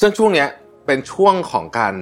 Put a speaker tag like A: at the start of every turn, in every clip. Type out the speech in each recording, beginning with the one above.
A: ซึ่งช่วงเนี้ยเป็นช่วงของการ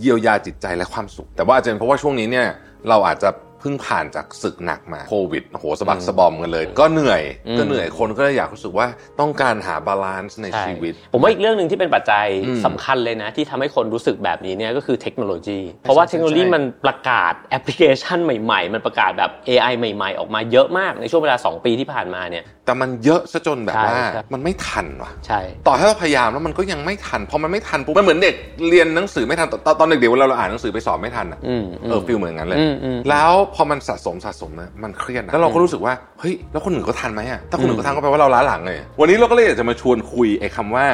A: เยียวยาจิตใจและความสุข แต่ว่าอาจจะเป็นเพราะว่าช่วงนี้เนี่ยเราอาจจะเพิ่งผ่านจากศึกหนักมาโควิดโอ้โหสะบักสะบอมกันเลย ก็เหนื่อย
B: อืม
A: ก็เหนื่อยคนก็เลยอยากรู้สึกว่าต้องการหาบาลานซ์ใน
B: ใช่
A: ชีวิต
B: ผมว่าอีกเรื่องหนึ่งที่เป็นปัจจัย
A: อืม
B: สำคัญเลยนะ ที่ทำให้คนรู้สึกแบบนี้เนี่ยก็คือเทคโนโลยี เพราะว่าเทคโนโลยี
A: ใช่
B: มันประกาศแอปพลิเคชันใหม่ๆ มันประกาศแบบ AI ใหม่ ๆ ออกมาเยอะมากในช่วงเวลา 2 ปีที่ผ่านมาเนี่ย
A: แต่มันเยอะซะจนแบบว่า
B: ใช่ครับ
A: มันไม่ทันว่ะ
B: ใช่
A: ต่อให้เราพยายามแล้วมันก็ยังไม่ทันพอมันไม่ทันปุ๊บมันเหมือนเด็กเรียนหนังสือไม่ทันตอนตอนเด็กๆเวลาเราอ่านหนังสือไปสอบไม่ทันอ่ะ
B: อืมม
A: เออฟิลเหมือนกันเลย
B: อืมอืม
A: แล้วพอมันสะสมสะสมนะมันเครียดนะแล้วเราก็รู้สึกว่าเฮ้ยแล้วคนอื่นก็ทันไหมอ่ะถ้าคนอื่นก็ทันก็แปลว่าเราล้าหลังเลยวันนี้เราก็เลยอยากจะมาชวนคุยไอ้คำว่า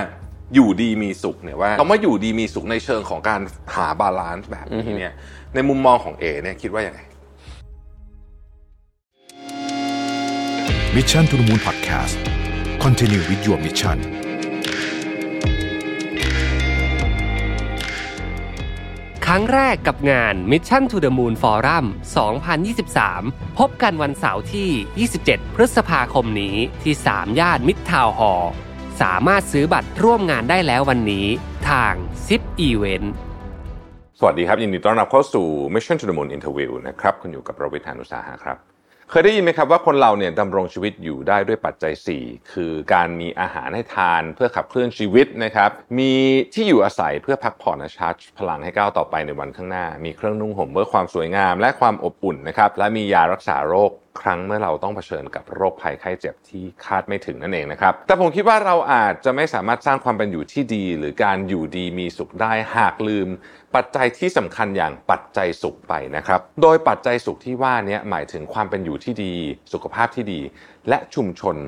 A: อยู่ดีมีสุขเนี่ยว่าคำว่าอยู่ดีมีสุขในเชิงของการหาบาลานซ์แบบนี้เนี่ยในมุมมองของเอเนี่ยคิดว่าอย่างไง
C: Mission to the Moon Podcast Continue with your mission
D: ครั้งแรกกับงาน Mission to the Moon Forum 2023 พบกันวันเสาร์ที่ 27 พฤษภาคมนี้ที่ 3 ย่านมิตรทาวน์ฮอลล์สามารถซื้อบัตรร่วมงานได้แล้ววันนี้ ทาง ZIP Event
A: สวัสดีครับ ยินดีต้อนรับเข้าสู่ Mission to the Moon Interview นะครับ คุณอยู่กับประวิทยานุสาหะครับ เคยได้ยินไหมครับว่าคนเราเนี่ยดำรงชีวิตอยู่ได้ด้วยปัจจัย 4 คือการมีอาหารให้ทานเพื่อขับเคลื่อนชีวิตนะครับ มีที่อยู่อาศัยเพื่อพักผ่อนและชาร์จพลังให้ก้าวต่อไปในวันข้างหน้า มีเครื่องนุ่งห่มเพื่อความสวยงามและความอบอุ่นนะครับ และมียารักษาโรค ครั้งเมื่อเราต้องเผชิญกับโรคภัยไข้เจ็บที่คาดไม่ถึงนั่นเองนะครับ แต่ผมคิดว่าเราอาจจะไม่สามารถสร้างความเป็นอยู่ที่ดี หรือการอยู่ดีมีสุขได้หากลืม ปัจจัยที่สำคัญอย่างปัจจัยสุขไปนะครับ โดยปัจจัยสุขที่ว่าเนี้หมายถึงความเป็นอยู่ที่ดี สุขภาพที่ดี และชุมชน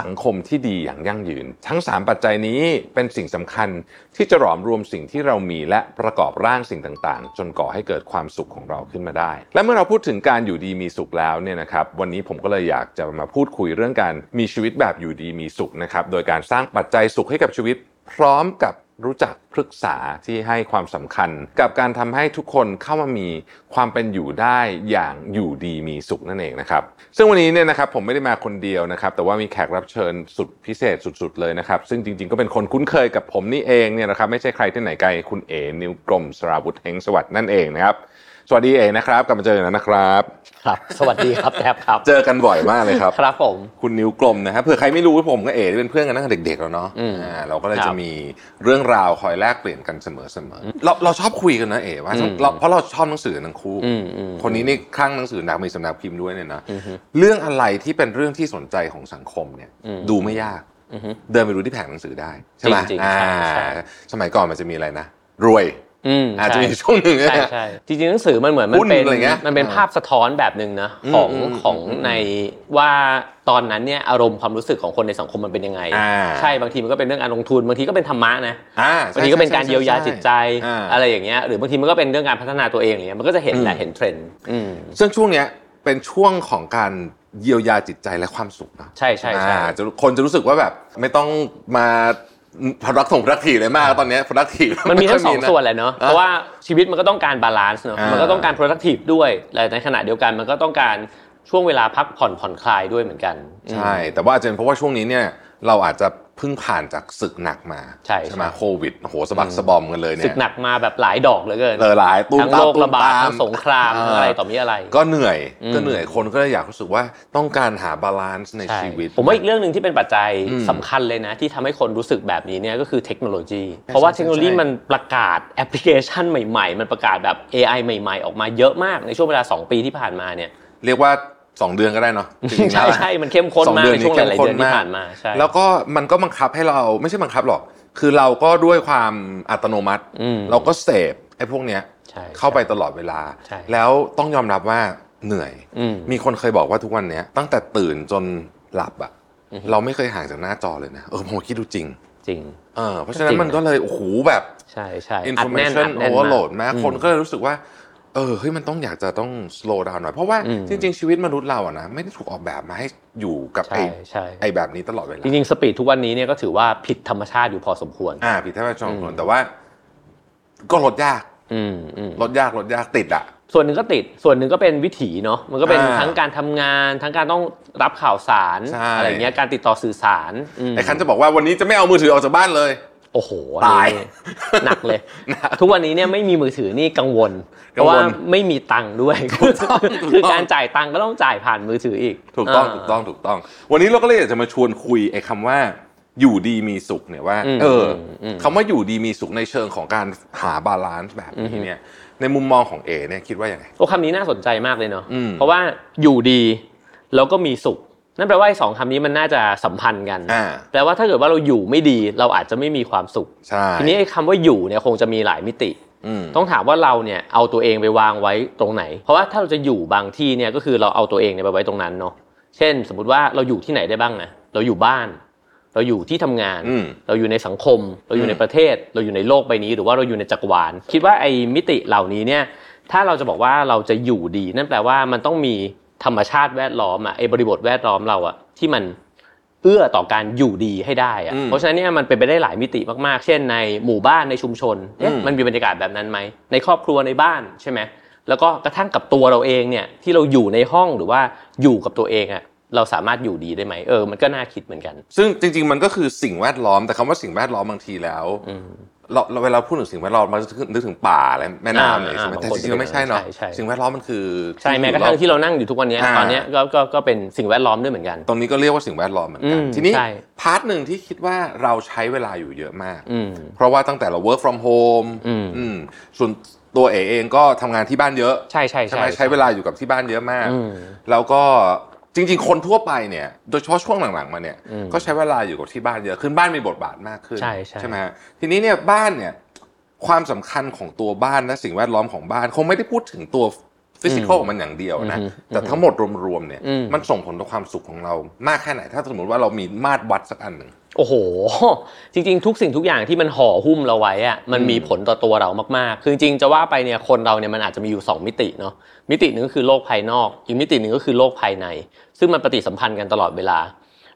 A: สังคมที่ดีอย่างยั่งยืน ทั้ง 3 ปัจจัยนี้เป็นสิ่งสำคัญที่จะหลอมรวมสิ่งที่เรามีและประกอบร่างสิ่งต่างๆ จนก่อให้เกิดความสุขของเราขึ้นมาได้ และเมื่อเราพูดถึงการอยู่ดีมีสุขแล้วเนี่ยนะครับวันนี้ผมก็เลยอยากจะมาพูดคุยเรื่องการมีชีวิตแบบอยู่ดีมีสุขนะครับโดยการสร้างปัจจัยสุขให้กับชีวิต พร้อมกับรู้จักปรึกษาที่ให้ความสำคัญ กับการทำให้ทุกคนเข้ามามีความเป็นอยู่ได้อย่างอยู่ดีมีสุขนั่นเองนะครับ ซึ่งวันนี้เนี่ยนะครับผมไม่ได้มาคนเดียวนะครับ แต่ว่ามีแขกรับเชิญสุดพิเศษสุด ๆ เลยนะครับ ซึ่งจริง ๆ ก็เป็นคนคุ้นเคยกับผมนี่เองเนี่ยนะครับไม่ใช่ใครที่ไหนไกลคุณเอนิวกรมสราวุธเฮงสวัสดิ์นั่นเองนะครับ สวัสดีเอนะครับกลับมาเจอกันแล้วนะครับ
B: ครับ สวัสดีครับ แทบครับ
A: เจอกันบ่อยมากเลยครับ
B: ครับผม
A: คุณนิ้วกลมนะครับเผื่อใครไม่รู้ผมกับเอ๋เป็นเพื่อนกันตั้งแต่เด็กๆแล้วเนาะ
B: อืม
A: อ่าเราก็เลย
B: ครั
A: จะ
B: บ
A: มีเรื่องราวคอยแลกเปลี่ยนกันเสมอๆเราเราชอบคุยกันนะเอ๋ว่า
B: อืม
A: เราเพราะเราชอบหนังสือทั้งคู่
B: อืมอืม
A: คนนี้นี่คลั่งหนังสือหนักมีสำนักพิมพ์ด้วยเนี่ยนะ
B: อือฮึ
A: เรื่องอะไรที่เป็นเรื่องที่สนใจของสังคมเนี่ย
B: อืม
A: ดูไม่ยาก
B: อือฮึ
A: เดินไปดูที่แผงหนังสือได้ใช่ไหม
B: จริงๆ
A: อ่า
B: ใช่ใช่
A: สมัยก่อนมันจะมีอะไรนะรวย
B: อืม
A: อาจจะ
B: ใช่
A: มีช่วงหนึ่ง
B: ใช่ใช่จริงๆหนังสือมันเหมือนมั
A: หุ้
B: น
A: น
B: เป็น
A: อะไรเงี้ย
B: มันเป็นภาพสะท้อนแบบหนึ่งนะ
A: อืม
B: ของ
A: อืม
B: ของ
A: อืม
B: ในว่าตอนนั้นเนี่ยอารมณ์ความรู้สึกของคนในสังคมมันเป็นยังไง
A: อ่า
B: ใช่บางทีมันก็เป็นเรื่องการลงทุนบางทีก็เป็นธรรมะนะ
A: อ่าใช่
B: บางทีก็เป็นการ
A: ใช่
B: เยียวยา
A: ช่
B: จิตใจ
A: อ่า
B: อะไรอย่างเงี้ยหรือบางทีมันก็เป็นเรื่องการพัฒนาตัวเองอย่างเงี้ยมันก็จะเห็นแหละเห็นเทรนด์อืม
A: ซึ่งช่วงเนี้ยเป็นช่วงของการเยียวยาจิตใจและความสุขเนอะ
B: ใช่ใช่ใช่
A: อ่าจะคนจะรู้สึกว่าแบบไม่ต้องมาพรักถงพรักถีเลยมากตอนเนี้ยพรักถี
B: มันมีทั้งสองส่วนแหละเนาะเพราะว่าชีวิตมันก็ต้องการบาลานซ์เนาะ
A: อ่ามั
B: มันก็ต้องการ productive ด้วยและในขณะเดียวกันมันก็ต้องการช่วงเวลาพักผ่อนผ่อนคลายด้วยเหมือนกันอืม
A: ใช่แต่ว่าอาจจะเป็นเพราะว่าช่วงนี้เนี่ยเราอาจจะเพิ่งผ่านจากศึกหนักมา
B: ใช่ใช่
A: ไหมโควิดโอ้โหสะบักสะบอมกันเลยเนี่ย
B: ศึกหนักมาแบบหลายดอกเหลือเกิน
A: เออหลายตุ้มตาม
B: ทั้งโรคระบาด
A: ตุ้มตม
B: ทั้งสงคราม
A: เ
B: ทั้งอะไรต่อมีอะไร
A: ก็เหนื่อย
B: อืม
A: ก็เหนื่อยคนก็เลยอยากรู้สึกว่าต้องการหาบาลานซ์ใน
B: ใช่
A: ชีวิต
B: ผมว่าอีกเรื่องหนึ่งที่เป็นปัจจัย
A: อืม
B: สำคัญเลยนะ ที่ทำให้คนรู้สึกแบบนี้เนี่ยก็คือเทคโนโลยี
A: ใช่
B: เพราะว่า
A: ใช่ใช่
B: เทคโนโลยีมันประกาศแอปพลิเคชันใหม่ๆ มันประกาศแบบ AI ใหม่ๆ ออกมาเยอะมากในช่วงเวลา 2 ปีที่ผ่านมาเนี่ย
A: เรียกว่าสองเดือนก็ได้เนาะจริงๆ
B: ใช่
A: แล้วอะ
B: ใช่มันเข้มข้นมากในช่วงหลายๆเดือนที่ผ่านมาใช่
A: แล้วก็มันก็บังคับให้เราไม่ใช่บังคับหรอก คือเราก็ด้วยความอัตโนมัติ
B: อืม
A: เราก็เสพไอ้พวกเนี้ย
B: ใช่
A: เข้าไปตลอดเวลา
B: ใช่
A: แล้วต้องยอมรับว่าเหนื่อย
B: อืม
A: มีคนเคยบอกว่าทุกวันเนี้ยตั้งแต่ตื่นจนหลับอะ
B: อือฮึ
A: เราไม่เคยห่างจากหน้าจอเลยนะเออผมคิดดูจริง
B: จริง
A: เออเพราะฉะนั้
B: จริ
A: น
B: ง
A: มันก็เลยโอ้โหแบบ
B: ใช่ใช่อัดแน่น
A: information
B: อัดแน่นมาก
A: overload มาก
B: อืม
A: คนก็เลยรู้สึกว่าเออเฮ้ยมันต้องอยากจะต้อง slow down หน่อยเพราะว่า
B: อืม
A: จริง ๆ ชีวิตมนุษย์เราอะนะไม่ได้ถูกออกแบบมาให้อยู่กับ
B: ใช่
A: ไอ้
B: ใช่
A: ไอ้แบบนี้ตลอดเวลา
B: จริงๆสปีดทุกวันนี้เนี่ยก็ถือว่าผิดธรรมชาติอยู่พอสมควร
A: อ่าผิดแทบไม่ชองคน
B: อืม
A: แต่ว่าก็ลดยาก
B: อืมอืม
A: ลดยากลดยากติดอ่ะ
B: ส่วนหนึ่งก็ติด ส่วนหนึ่งก็เป็นวิถีเนาะ มันก็เป็น
A: อ่า
B: ทั้งการทำงาน ทั้งการต้องรับข่าวสาร
A: ใช่
B: อะไรเงี้ย การติดต่อสื่อสารม
A: ไอ้คันจะบอกว่าวันนี้จะไม่เอามือถือออกจากบ้านเลย
B: โอ้โหอันนี้
A: ตาย
B: หนักเลย ทุกวันนี้เนี่ยไม่มีมือถือนี่กังวล เพ
A: กังวล
B: ราะว่าไม่มีตังค์ด้วย
A: ต้องถูกต้อง
B: คือการจ่ายตังค์ก็ต้องจ่ายผ่านมือถืออีก
A: ถูกต้อง
B: า
A: ถูกต้องถูกต้อง วันนี้เราก็เลยอยากจะมาชวนคุยไอ้คำว่าอยู่ดีมีสุขเนี่ยว่า
B: อืม
A: เอออ
B: ม
A: คำว่าอยู่ดีมีสุขในเชิงของการหาบาลานซ์แบบ
B: อือฮึ
A: นี้เนี่ย ในมุมมองของเอเนี่ยคิดว่าอย่างไง
B: โอ้คำนี้น่าสนใจมากเลยเนาะ
A: อืม
B: เพราะว่าอยู่ดีแล้วก็มีสุข นั่นแปลว่าไอ้สองคำนี้มันน่าจะสัมพันธ์กัน
A: อ่า
B: แปลว่าถ้าเกิดว่าเราอยู่ไม่ดีเราอาจจะไม่มีความสุข
A: ใช่
B: ทีนี้ไอ้คำว่าอยู่เนี่ยคงจะมีหลายมิติ
A: อืม
B: ต้องถามว่าเราเนี่ยเอาตัวเองไปวางไว้ตรงไหน เพราะว่าถ้าเราจะอยู่บางที่เนี่ยก็คือเราเอาตัวเองเนี่ยไปไว้ตรงนั้นเนาะเช่น สมมติว่าเราอยู่ที่ไหนได้บ้างนะเราอยู่บ้าน เราอยู่ที่ทำงาน
A: อืม
B: เราอยู่ในสังคม เราอ
A: อื
B: ยู่
A: ม
B: ในประเทศ เราอยู่ในโลกใบนี้ หรือว่าเราอยู่ในจักรวาลคิดว่าไอ้มิติเหล่านี้เนี่ยถ้าเราจะบอกว่าเราจะอยู่ดี นั่นแปลว่ามันต้องมีธรรมชาติแวดล้อมอะไอ้บริบทแวดล้อมเราอะที่มันเอื้อต่อการอยู่ดีให้ได้อะ
A: อืม
B: เพราะฉะนั้นเนี่ยมันเป็นไปได้หลายมิติมากๆ เช่น ในหมู่บ้านในชุมชน เอ๊ะ
A: อืม
B: มันมีบรรยากาศแบบนั้นไหม ในครอบครัวในบ้านใช่ไหมแล้วก็กระทั่งกับตัวเราเองเนี่ยที่เราอยู่ในห้องหรือว่าอยู่กับตัวเองอะเราสามารถอยู่ดีได้ไหมเออมันก็น่าคิดเหมือนกัน
A: ซึ่งจริง ๆ มันก็คือสิ่งแวดล้อมแต่คำว่าสิ่งแวดล้อมบางทีแล้วเราเราเวลาพูดถึงสิ่งแวดล้อมมันจะนึกถึงป่าอะไรแม่น้ำอะไร
B: อ่า
A: ใช่ไหม
B: อ่า
A: แต่
B: บางคน
A: จริงๆแล้วไม่ใช่เนาะ
B: ใช่ใช่
A: สิ่งแวดล้อมมันคือ
B: ใช่แม้กระทั่งที่เรานั่งอยู่ทุกวันเนี้ยตอนเนี้ยก็ก็ก็เป็นสิ่งแวดล้อมด้วยเหมือนกัน
A: ตรงนี้ก็เรียกว่าสิ่งแวดล้อมเหมือนกัน
B: อืม
A: ทีนี้
B: ใช่
A: พาร์ทหนึ่งที่คิดว่าเราใช้เวลาอยู่เยอะมาก
B: อืม
A: เพราะว่าตั้งแต่เรา work from home
B: อืม
A: อืมส่วนตัวเอเองก็ทำงานที่บ้านเยอะ
B: ใช่ใช่
A: ไหมใช้เวลาอยู่กับที่บ้านเยอะมาก
B: อืม
A: แล้วก็จริง ๆ คนทั่วไปเนี่ย โดยเฉพาะช่วงหลังๆมาเนี่ย
B: อืม
A: ก็ใช้เวลาอยู่กับที่บ้านเยอะขึ้นบ้านมีบทบาทมากขึ้น
B: ใช่ใช่
A: ไหมฮะทีนี้เนี่ยบ้านเนี่ยความสำคัญของตัวบ้านและสิ่งแวดล้อมของบ้าน คงไม่ได้พูดถึงตัวฟิสิกอลของมันอย่างเดียวนะ
B: อืม
A: แต่ทั้งหมดรวมๆเนี่ย
B: อืม
A: มันส่งผลต่อความสุขของเรามากแค่ไหน ถ้าสมมติว่าเรามีมาตรวัดสักอันหนึ่ง
B: โอ้โห จริง ๆ ทุกสิ่งทุกอย่างที่มันห่อหุ้มเราไว้อะมันมี
A: อืม
B: ผลต่อตัวเรามากๆ คือจริงๆจะว่าไปเนี่ยคนเราเนี่ยมันอาจจะมีอยู่ 2 มิติเนาะมิติหนึ่งก็คือโลกภายนอก อีกมิติหนึ่งก็คือโลกภายใน ซึ่งมันปฏิสัมพันธ์กันตลอดเวลา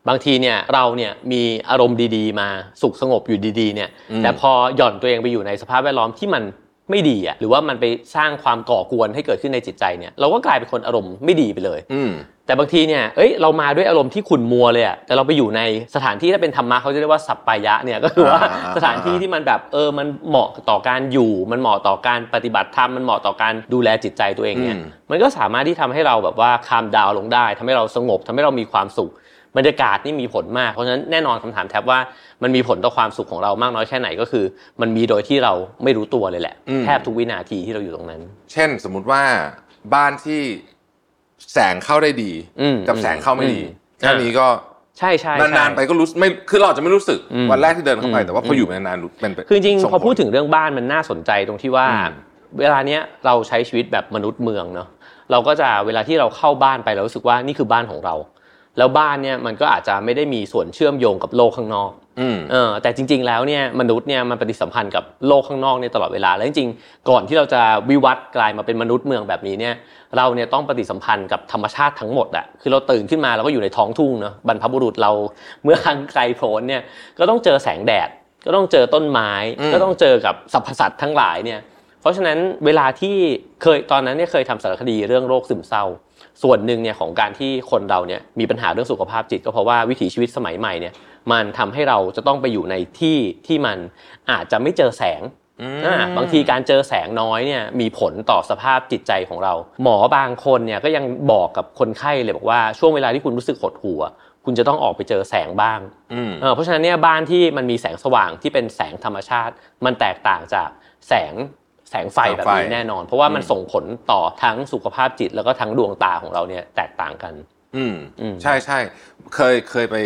B: บางทีเนี่ยเราเนี่ยมีอารมณ์ดีๆ มาสุขสงบอยู่ดีๆเนี่ย
A: อืม
B: แต่พอหย่อนตัวเองไปอยู่ในสภาพแวดล้อมที่มันไม่ดีอะหรือว่ามันไปสร้างความก่อกวนให้เกิดขึ้นในจิตใจเนี่ยเราก็กลายเป็นคนอารมณ์ไม่ดีไปเลย
A: อืม
B: แต่บางทีเนี่ย เอ้ย เรามาด้วยอารมณ์ที่ขุ่นมัวเลยอะแต่เราไปอยู่ในสถานที่ถ้าเป็นธรรมะเขาจะเรียกว่าสัปปายะเนี่ย ก็คือว่า
A: อ่าอ่า
B: สถานที่ที่มันแบบ เออ มันเหมาะต่อการอยู่ มันเหมาะต่อการปฏิบัติธรรม มันเหมาะต่อการดูแลจิตใจตัวเองเนี่ย
A: อืม
B: มันก็สามารถที่ทำให้เราแบบว่าคามดาวลงได้ ทำให้เราสงบ ทำให้เรามีความสุข บรรยากาศนี่มีผลมาก เพราะฉะนั้นแน่นอนคำถามแทบว่ามันมีผลต่อความสุขของเรามากน้อยแค่ไหนก็คือ มันมีโดยที่เราไม่รู้ตัวเลยแหละ
A: อืม
B: แทบทุกวินาทีที่เราอยู่ตรงนั้น
A: เช่นสมมุติว่าบ้านที่แสงเข้าได้ดี
B: อืม
A: กับแสงเข้าไม่ดี
B: อืม
A: แค่นี้ก็
B: ใช่ใช่ใช่
A: นานๆไปก็รู้สึกไม่คือเราอาจจะไม่รู้สึก
B: อืม
A: วันแรกที่เดินเข้าไป
B: อืม
A: แต่ว่าพออยู่ไปนานๆรู้เป็นไป
B: คือจริงๆ
A: ส่
B: พอพูด
A: ผล
B: ถึงเรื่องบ้านมันน่าสนใจตรงที่ว่า
A: อืม
B: เวลาเนี้ยเราใช้ชีวิตแบบมนุษย์เมืองเนาะเราก็จะเวลาที่เราเข้าบ้านไปเรารู้สึกว่านี่คือบ้านของเรา แล้วบ้านเนี่ยมันก็อาจจะไม่ได้มีส่วนเชื่อมโยงกับโลกข้างนอก
A: อืม
B: เออแต่จริง ๆ แล้วเนี่ยมนุษย์เนี่ยมันปฏิสัมพันธ์กับโลกข้างนอกเนี่ยตลอดเวลาแล้วจริงๆก่อนที่เราจะวิวัฒน์กลายมาเป็นมนุษย์เมืองแบบนี้เนี่ยเราเนี่ยต้องปฏิสัมพันธ์กับธรรมชาติทั้งหมดอะคือเราตื่นขึ้นมาเราก็อยู่ในท้องทุ่งเนาะบรรพบุรุษเราเมื่อครั้งไกลโพ้นเนี่ยก็ต้องเจอแสงแดด ก็ต้องเจอต้นไม้
A: อืม
B: ก็ต้องเจอกับสรรพสัตว์ทั้งหลายเนี่ย เพราะฉะนั้นเวลาที่เคยตอนนั้นเนี่ยเคยทำสารคดีเรื่องโรคซึมเศร้า ส่วนหนึ่งเนี่ยของการที่คนเราเนี่ยมีปัญหาเรื่องสุขภาพจิต ก็เพราะว่าวิถีชีวิตสมัยใหม่เนี่ยมันทำให้เราจะต้องไปอยู่ในที่ที่มันอาจจะไม่เจอแสง อ่าบางทีการเจอแสงน้อยเนี่ยมีผลต่อสภาพจิตใจของเรา หมอบางคนเนี่ยก็ยังบอกกับคนไข้เลยบอกว่าช่วงเวลาที่คุณรู้สึกหดหัว คุณจะต้องออกไปเจอแสงบ้าง
A: อืม
B: เอ่อเพราะฉะนั้นเนี่ยบ้านที่มันมีแสงสว่างที่เป็นแสงธรรมชาติ มันแตกต่างจากแสงแสงไฟ
A: แสงไฟ
B: แบบนี้แน่นอน เพราะว่ามัน
A: อืม
B: ส่งผลต่อทั้งสุขภาพจิตแล้วก็ทั้งดวงตาของเราเนี่ยแตกต่างกัน
A: อืม
B: อืม
A: ใช่ใช่เคยเคยไป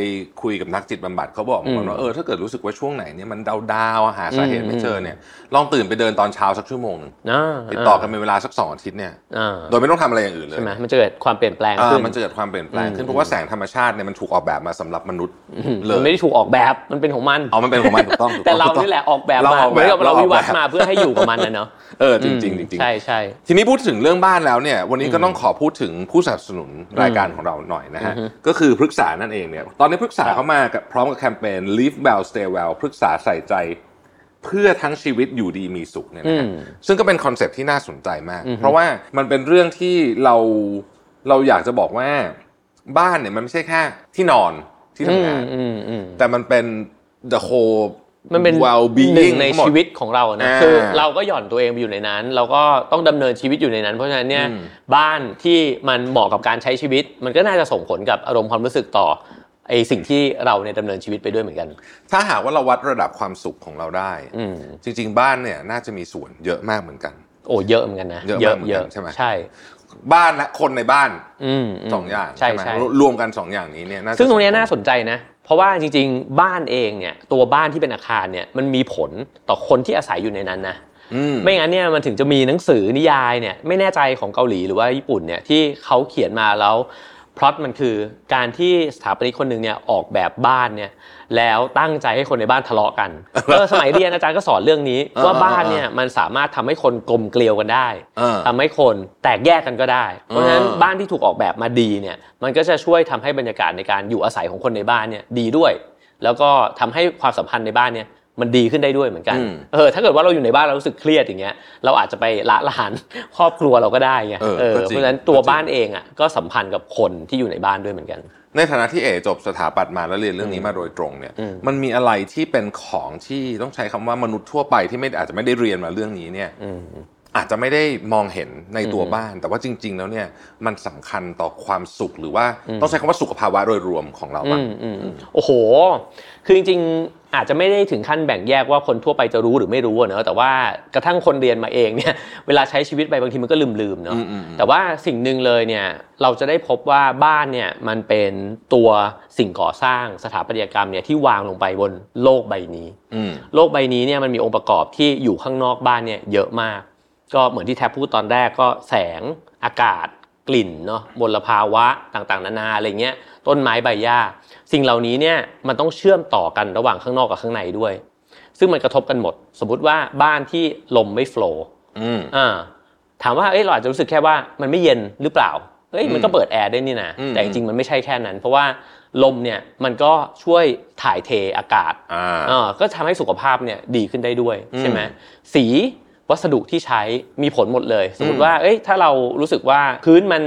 A: คุยกับนักจิตบำบัดเขาบอกเหมือนกัน
B: อืม
A: ว่าเออถ้าเกิดรู้สึกว่าช่วงไหนเนี่ยมันดาวดาวหาสาเหตุไม่
B: อืม
A: เจอเนี่ยลองตื่นไปเดินตอนเช้าสักชั่วโมงหนึ่ง
B: นะ
A: ติดต่อกันเป็นเวลาสักสองอาทิตย์เนี่ย
B: อ่า
A: โดยไม่ต้องทำอะไรอย่างอื่นเลย
B: ใช่ไหมมันจะเกิดความเปลี่ยนแปลง
A: อ่า
B: ขึ้น
A: มันจะเกิดความเปลี่ยนแปลงขึ้
B: อื
A: น
B: ม
A: เพราะว่าแสงธรรมชาติเนี่ยมันถูกออกแบบมาสำหรับมนุษย์
B: อืม
A: เล
B: มันไม่
A: ย
B: ได้ถูกออกแบบมันเป็นของมัน
A: เอามันเป็นของมันถูกต้องถูก
B: แต่
A: อง
B: เรา
A: ถูกอง
B: นี่แหละออกแบบ
A: เรา
B: มา
A: ออก
B: เหมือนกับ
A: แบบ
B: เราวิวัฒ
A: เราออกแบบ
B: น์มาเพื่อให้อยู่กับมันนะเนาะ
A: เออจริงจริง
B: อืม
A: จริงๆ
B: ใช่ใช่
A: ทีนี้พูดถึงเรื่องบ้านแล้วเนี่ยวันนี้ก็
B: อืม
A: ต้องขอพูดถึงผู้สนับสนุนรายการของเราหน่อยนะฮะ
B: อือฮึ
A: ก็คือพฤกษานั่นเองเนี่ยตอนนี้พฤกษา
B: ครับ
A: เข้ามากับพร้อมกับแคมเปญ Live Well Stay Well พฤกษาใส่ใจ เพื่อทั้งชีวิตอยู่ดีมีสุขเนี่ย
B: อื
A: นะฮะ
B: ม
A: ซึ่งก็เป็นคอนเซปต์ที่น่าสนใจมาก
B: อือฮึ
A: เพราะว่ามันเป็นเรื่องที่เราเราอยากจะบอกว่าบ้านเนี่ยมันไม่ใช่แค่ที่นอนที่ทำงาน
B: อืมอืมอืม
A: แต่มันเป็น the whole
B: มันเป็น
A: well-being
B: หนึ่งใน
A: ทั้งหมด
B: ชีวิตของเราอะนะ
A: อ่า
B: คือเราก็หย่อนตัวเองไปอยู่ในนั้น เราก็ต้องดำเนินชีวิตอยู่ในนั้น เพราะฉะนั้นเนี่ย
A: อืม
B: บ้านที่มันเหมาะกับการใช้ชีวิต มันก็น่าจะส่งผลกับอารมณ์ความรู้สึกต่อไอสิ่งที่เราเนี่ยดำเนินชีวิตไปด้วยเหมือนกัน
A: ถ้าหากว่าเราวัดระดับความสุขของเราได้
B: อืม
A: จริง ๆ บ้านเนี่ยน่าจะมีส่วนเยอะมากเหมือนกัน
B: โอ้เยอะเหมือนกันนะ
A: เยอะมากเหมือนกันใช่ไหม
B: ใช่
A: บ้านและคนในบ้าน
B: อืมม
A: สองอย่าง
B: ใช่
A: ไหม
B: ใช่
A: รวมกันสองอย่างนี้เนี่ยาจะ
B: ซึ่งตรงเนี้ย
A: ส่ผล
B: น่าสนใจนะ เพราะว่าจริงๆ บ้านเองเนี่ยตัวบ้านที่เป็นอาคารเนี่ยมันมีผลต่อคนที่อาศัยอยู่ในนั้นนะ
A: อืม
B: ไม่งั้นเนี่ยมันถึงจะมีหนังสือนิยายเนี่ยไม่แน่ใจของเกาหลีหรือว่าญี่ปุ่นเนี่ยที่เขาเขียนมาแล้วพล็อตมันคือการที่สถาปนิกคนหนึ่งเนี่ยออกแบบบ้านเนี่ยแล้วตั้งใจให้คนในบ้านทะเลาะกันเออสมัยเรียนอาจารย์ก็สอนเรื่องนี้
A: อ่า
B: ว่าบ้านเนี่ยมันสามารถทำให้คนกลมเกลียวกันได้
A: อ่า
B: ทำให้คนแตกแยกกันก็ได้ เพราะฉะนั้น
A: อ่า
B: บ้านที่ถูกออกแบบมาดีเนี่ยมันก็จะช่วยทำให้บรรยากาศในการอยู่อาศัยของคนในบ้านเนี่ยดีด้วย แล้วก็ทำให้ความสัมพันธ์ในบ้านเนี่ยมันดีขึ้นได้ด้วยเหมือนกัน
A: อืม
B: เออถ้าเกิดว่าเราอยู่ในบ้านเรารู้สึกเครียดอย่างเงี้ยเราอาจจะไปละลาน ครอบครัวเราก็ได้ไง
A: เออ
B: เออ
A: ก็จริง
B: เพราะฉะนั้นตัว
A: ก็จริง
B: บ้านเองอ่ะก็สัมพันธ์กับคนที่อยู่ในบ้านด้วยเหมือนกัน
A: ในฐานะที่เอจบสถาปัตย์มาแล้วเรียนเรื่องนี้มาโดยตรงเนี่ย
B: อืม
A: มันมีอะไรที่เป็นของที่ต้องใช้คำว่ามนุษย์ทั่วไปที่ไม่อาจจะไม่ได้เรียนมาเรื่องนี้เนี่ย
B: อืม
A: อาจจะไม่ได้มองเห็นในตัว
B: อืม
A: บ้าน แต่ว่าจริง ๆ แล้วเนี่ยมันสำคัญต่อความสุขหรือว่า
B: อืม
A: ต้องใช้คำว่าสุขภาวะโดยรวมของเรา
B: อื
A: บ้าง
B: มอืมอืมโอ้โห คือจริงๆอาจจะไม่ได้ถึงขั้นแบ่งแยกว่าคนทั่วไปจะรู้หรือไม่รู้อะเนอะแต่ว่ากระทั่งคนเรียนมาเองเนี่ย เวลาใช้ชีวิตไปบางทีมันก็ลืมๆเนอะ
A: อืมอืมอืม
B: แต่ว่าสิ่งหนึ่งเลยเนี่ยเราจะได้พบว่าบ้านเนี่ยมันเป็นตัวสิ่งก่อสร้างสถาปัตยกรรมเนี่ยที่วางลงไปบนโลกใบนี้
A: อืม
B: โลกใบนี้เนี่ยมันมีองค์ประกอบที่อยู่ข้างนอกบ้านเนี่ยเยอะมาก ก็เหมือนที่แทบพูดตอนแรกก็แสงอากาศกลิ่นเนาะมลภาวะต่างๆ นานาอะไรเงี้ยต้นไม้ใบหญ้าสิ่งเหล่านี้เนี่ยมันต้องเชื่อมต่อกันระหว่างข้างนอกกับข้างในด้วย ซึ่งมันกระทบกันหมด สมมติว่าบ้านที่ลมไม่โฟลว์
A: อืม
B: อ่าถามว่าเอ้ยเราอาจจะรู้สึกแค่ว่ามันไม่เย็นหรือเปล่าเอ้ยมันก็เปิดแอร์ได้นี่นะ
A: อืม
B: แต่จริงๆมันไม่ใช่แค่นั้น เพราะว่าลมเนี่ยมันก็ช่วยถ่ายเทอากาศ
A: อ่า
B: อ่าก็ทำให้สุขภาพเนี่ยดีขึ้นได้ด้วย
A: อืม
B: ใช่ไหมสีวัสดุที่ใช้มีผลหมดเลย สมม
A: อื
B: ติ
A: ม
B: ว่าเอ้ยถ้าเรารู้สึกว่าพื้นมัน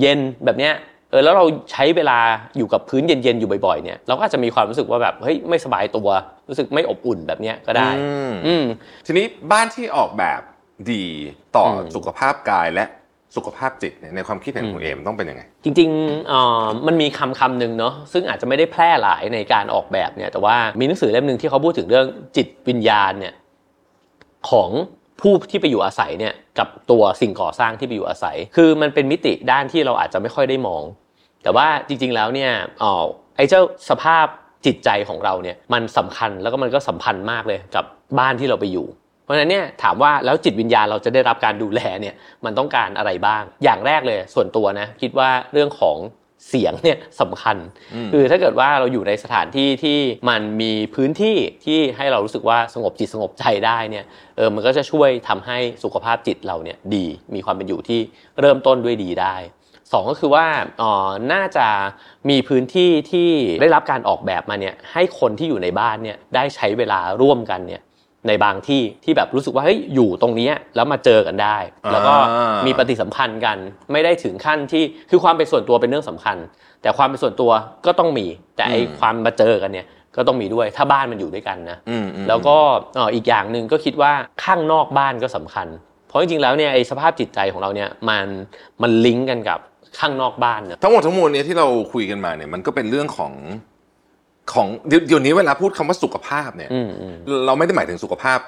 B: เย็นแบบเนี้ยเออแล้วเราใช้เวลาอยู่กับพื้นเย็นๆอยู่บ่อยๆเนี่ยเราก็อาจจะมีความรู้สึกว่าแบบเฮ้ยไม่สบายตัวรู้สึกไม่อบอุ่นแบบเนี้ยก็ได้
A: อืม
B: อืม
A: ทีนี้บ้านที่ออกแบบดีต่ออ
B: ม
A: สุขภาพกายและสุขภาพจิตเนี่ยในความคิดเห็นของเอมต้องเป็นยังไง
B: จริงๆเอ่อมันมีคำคำหนึ่งเนาะซึ่งอาจจะไม่ได้แพร่หลายในการออกแบบเนี่ยแต่ว่ามีหนังสือเล่มหนึ่งที่เขาพูดถึงเรื่องจิตวิญญาณเนี่ยของผู้ที่ไปอยู่อาศัยเนี่ยกับตัวสิ่งก่อสร้างที่ไปอยู่อาศัย คือมันเป็นมิติด้านที่เราอาจจะไม่ค่อยได้มอง แต่ว่าจริงๆแล้วเนี่ยเอ่อไอ้เจ้าสภาพจิตใจของเราเนี่ยมันสำคัญแล้วก็มันก็สัมพันธ์มากเลยกับบ้านที่เราไปอยู่ เพราะฉะนั้นเนี่ยถามว่าแล้วจิตวิญญาณเราจะได้รับการดูแลเนี่ยมันต้องการอะไรบ้าง อย่างแรกเลยส่วนตัวนะคิดว่าเรื่องของเสียงเนี่ยสำคัญ
A: อืม
B: คือถ้าเกิดว่าเราอยู่ในสถานที่ที่มันมีพื้นที่ที่ให้เรารู้สึกว่าสงบจิตสงบใจได้เนี่ยเออมันก็จะช่วยทำให้สุขภาพจิตเราเนี่ยดีมีความเป็นอยู่ที่เริ่มต้นด้วยดีได้ สองก็คือว่าเอ่อน่าจะมีพื้นที่ที่ได้รับการออกแบบมาเนี่ยให้คนที่อยู่ในบ้านเนี่ยได้ใช้เวลาร่วมกันเนี่ยในบางที่ที่แบบรู้สึกว่าเฮ้ยอยู่ตรงเนี้ยแล้วมาเจอกันได้ แล้วก็
A: อ่ามี
B: มีปฏิสัมพันธ์กัน ไม่ได้ถึงขั้นที่คือความเป็นส่วนตัวเป็นเรื่องสำคัญ แต่ความเป็นส่วนตัวก็ต้องมี แต่ไอความมาเจอกันเนี่ยก็ต้องมีด้วยถ้าบ้านมันอยู่ด้วยกันนะ
A: อืมอืม
B: แล้วก็เอ่ออีกอย่างหนึ่งก็คิดว่าข้างนอกบ้านก็สำคัญ เพราะจริงๆแล้วเนี่ยไอสภาพจิตใจของเราเนี่ยมันมันลิงก์กันกับข้างนอกบ้านเนอะ
A: ทั้งหมดทั้งมวลเนี่ยที่เราคุยกันมาเนี่ยมันก็เป็นเรื่องของของเดี๋ยวเดี๋ยวนี้เวลาพูดคำว่าสุขภาพเนี่ย
B: อืมอืม
A: เราไม่ได้หมายถึงสุขภาพ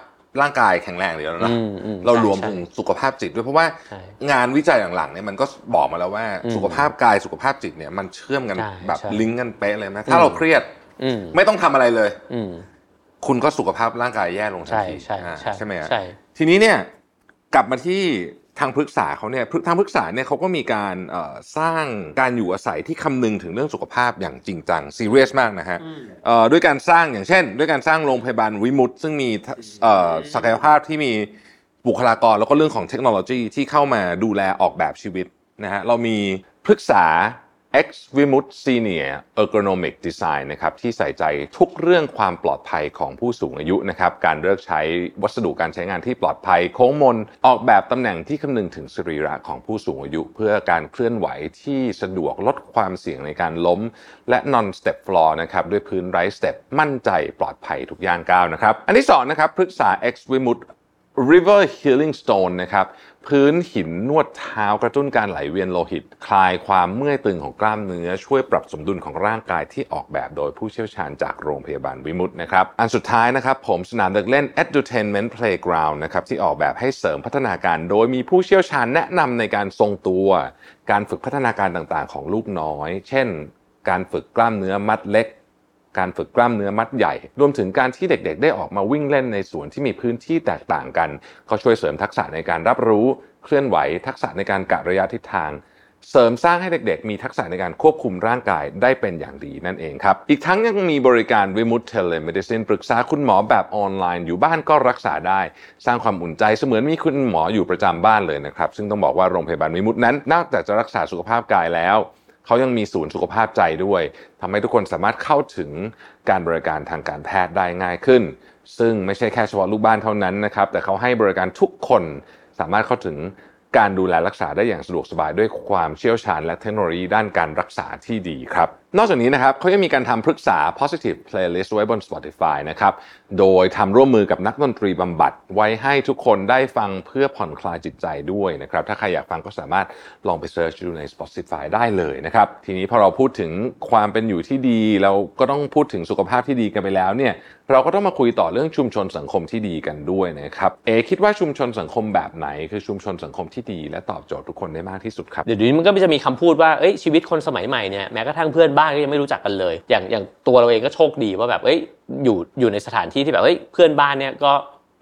A: ร่างกายแข็งแรงเดียวแล้วนะ
B: อืมอืม
A: เรารวม
B: ใช่
A: ถึงสุขภาพจิตด้วยเพราะว่า
B: ใช่
A: งานวิจัยหลังๆเนี่ยมันก็บอกมาแล้วว่า
B: อืม
A: สุขภาพกายสุขภาพจิตเนี่ยมันเชื่อมกัน
B: ใช่
A: แบบ
B: ใช่
A: ลิงก์กันเป๊ะเลยนะ
B: อื
A: ถ้าม เราเครียด
B: อืม
A: ไม่ต้องทำอะไรเลย
B: อืม
A: คุณก็สุขภาพร่างกายแย่ลงทัน
B: ใช่
A: ที
B: ใช่
A: อ่า
B: ใช่
A: ใช่ไหมฮะ
B: ใช่
A: ทีนี้เนี่ยกลับมาที่ทางพฤกษาเขาเนี่ยพฤทางพฤกษาเนี่ยเขาก็มีการเอ่อสร้างการอยู่อาศัยที่คำนึงถึงเรื่องสุขภาพอย่างจริงจังซีเรียสมากนะฮะเอ่อด้วยการสร้างอย่างเช่น ด้วยการสร้างโรงพยาบาลวิมุตต์ซึ่งมีทะเอ่อศักยภาพที่มีบุคลากรแล้วก็เรื่องของเทคโนโลยีที่เข้ามาดูแลออกแบบชีวิตนะฮะเรามีพฤกษา X v i m u t Senior Ergonomic Design นะครับที่ใส่ใจทุกเรื่องความปลอดภัยของผู้สูงอายุนะครับการเลือกใช้วัสดุการใช้งานที่ปลอดภัย โค้งมน ออกแบบตำแหน่งที่คำนึงถึงสรีระของผู้สูงอายุ เพื่อการเคลื่อนไหวที่สะดวกลดความเสี่ยงในการล้ม และ non step floor นะครับด้วยพื้นไร้สเต็ปมั่นใจปลอดภัยทุกย่างก้าวนะครับอันที่สองนะครับปรึกษา X v i m u t River Healing Stone นะครับ พื้นหินนวดเท้ากระตุ้นการไหลเวียนโลหิต คลายความเมื่อยตึงของกล้ามเนื้อ ช่วยปรับสมดุลของร่างกายที่ออกแบบโดยผู้เชี่ยวชาญจากโรงพยาบาลวิมุตต์นะครับ อันสุดท้ายนะครับผมสนามเด็กเล่น Edutainment Playground นะครับ ที่ออกแบบให้เสริมพัฒนาการโดยมีผู้เชี่ยวชาญแนะนำในการทรงตัว การฝึกพัฒนาการต่างๆ ของลูกน้อย เช่น การฝึกกล้ามเนื้อมัดเล็ก การฝึกกล้ามเนื้อมัดใหญ่ รวมถึงการที่เด็กๆ ได้ออกมาวิ่งเล่นในสวนที่มีพื้นที่แตกต่างกัน ก็ช่วยเสริมทักษะในการรับรู้ เคลื่อนไหว ทักษะในการกะระยะทิศทาง เสริมสร้างให้เด็กๆ มีทักษะในการควบคุมร่างกายได้เป็นอย่างดีนั่นเองครับ อีกทั้งยังมีบริการวิมุตเทเลเมดิซินปรึกษาคุณหมอแบบออนไลน์อยู่บ้านก็รักษาได้ สร้างความอุ่นใจเสมือนมีคุณหมออยู่ประจำบ้านเลยนะครับ ซึ่งต้องบอกว่าโรงพยาบาลวิมุตนั้นนอกจากจะรักษาสุขภาพกายแล้ว เขายังมีศูนย์สุขภาพใจด้วยทำให้ทุกคนสามารถเข้าถึงการบริการทางการแพทย์ได้ง่ายขึ้น ซึ่งไม่ใช่แค่เฉพาะลูกบ้านเท่านั้นนะครับ แต่เขาให้บริการทุกคนสามารถเข้าถึงการดูแลรักษาได้อย่างสะดวกสบายด้วยความเชี่ยวชาญและเทคโนโลยีด้านการรักษาที่ดีครับ นอกจากนี้นะครับเขายังมีการทำปรึกษา positive playlist ไว้บน Spotify นะครับ โดยทำร่วมมือกับนักดนตรีบำบัด ไว้ให้ทุกคนได้ฟังเพื่อผ่อนคลายจิตใจด้วยนะครับ ถ้าใครอยากฟังก็สามารถลองไปเสิร์ชดูใน Spotify ได้เลยนะครับ ทีนี้พอเราพูดถึงความเป็นอยู่ที่ดี เราก็ต้องพูดถึงสุขภาพที่ดีกันไปแล้วเนี่ย เราก็ต้องมาคุยต่อเรื่องชุมชนสังคมที่ดีกันด้วยนะครับ เอคิดว่าชุมชนสังคมแบบไหน คือชุมชนสังคมที่ดี และตอบโจทย์ทุกคนได้มากที่สุดครับ
B: เดี๋ยวนี้มันก็จะมีคำพูดว่าเอ้ยชีวิตคนสมัยใหม่เนี่ยแม้กระทั่งเพื่อนบ้านก็ยังไม่รู้จักกันเลย อย่างอย่างตัวเราเองก็โชคดีว่าแบบเอ้ยอยู่อยู่ในสถานที่ที่แบบเอ้ยเพื่อนบ้านเนี่ยก็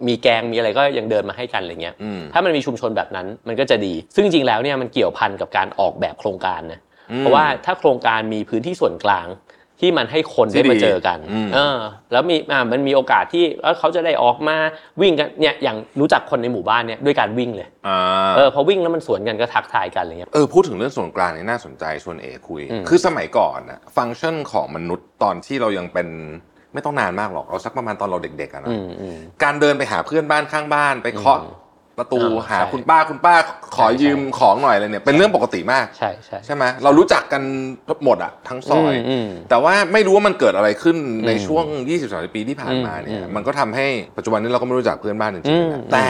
B: มีแกงมีอะไรก็ยังเดินมาให้กันอะไรเงี้ย
A: อืม
B: ถ้ามันมีชุมชนแบบนั้นมันก็จะดี ซึ่งจริงๆแล้วเนี่ยมันเกี่ยวพันกับการออกแบบโครงการนะ เพราะว่าถ้าโครงการมีพื้นที่ส่วนกลางที่มันให้คน
A: ที่
B: ได้
A: ดี
B: มาเจอกัน
A: อืม
B: เออแล้วมีอ่ามันมีโอกาสที่เอ้อเขาจะได้ออกมาวิ่งกันเนี่ยอย่างรู้จักคนในหมู่บ้านเนี่ยด้วยการวิ่งเลย
A: อ่า
B: เออพอวิ่งแล้วมันสวนกันก็ทักทายกันอะไรเงี้ย
A: เออพูดถึงเรื่องส่วนกลางนี่น่าสนใจชวนเอคุย
B: อืม
A: คือสมัยก่อนนะฟังก์ชันของมนุษย์ตอนที่เรายังเป็นไม่ต้องนานมากหรอกเอาสักประมาณตอนเราเด็กๆอะนะ
B: อืมอืม
A: การเดินไปหาเพื่อนบ้านข้างบ้าน ไปเคาะ
B: อืม
A: ประตู
B: อ่า
A: หา
B: ใช่
A: คุณป้าคุณป้าขอ
B: ใช่ใช่
A: ยืมของหน่อยอะไรเนี่ยเป็นเรื่องปกติมาก
B: ใช่ใช่
A: ใช่ไหมเรารู้จักกันหมดอะทั้งซอย
B: อืม
A: แต่ว่าไม่รู้ว่ามันเกิดอะไรขึ้นใน
B: อืม
A: ช่วง 20 30 ปีที่ผ่านมาเนี่ย
B: อืม
A: มันก็ทำให้ปัจจุบันนี้เราก็ไม่รู้จักเพื่อนบ้านจริงๆ
B: อื
A: นะ
B: ม
A: แต่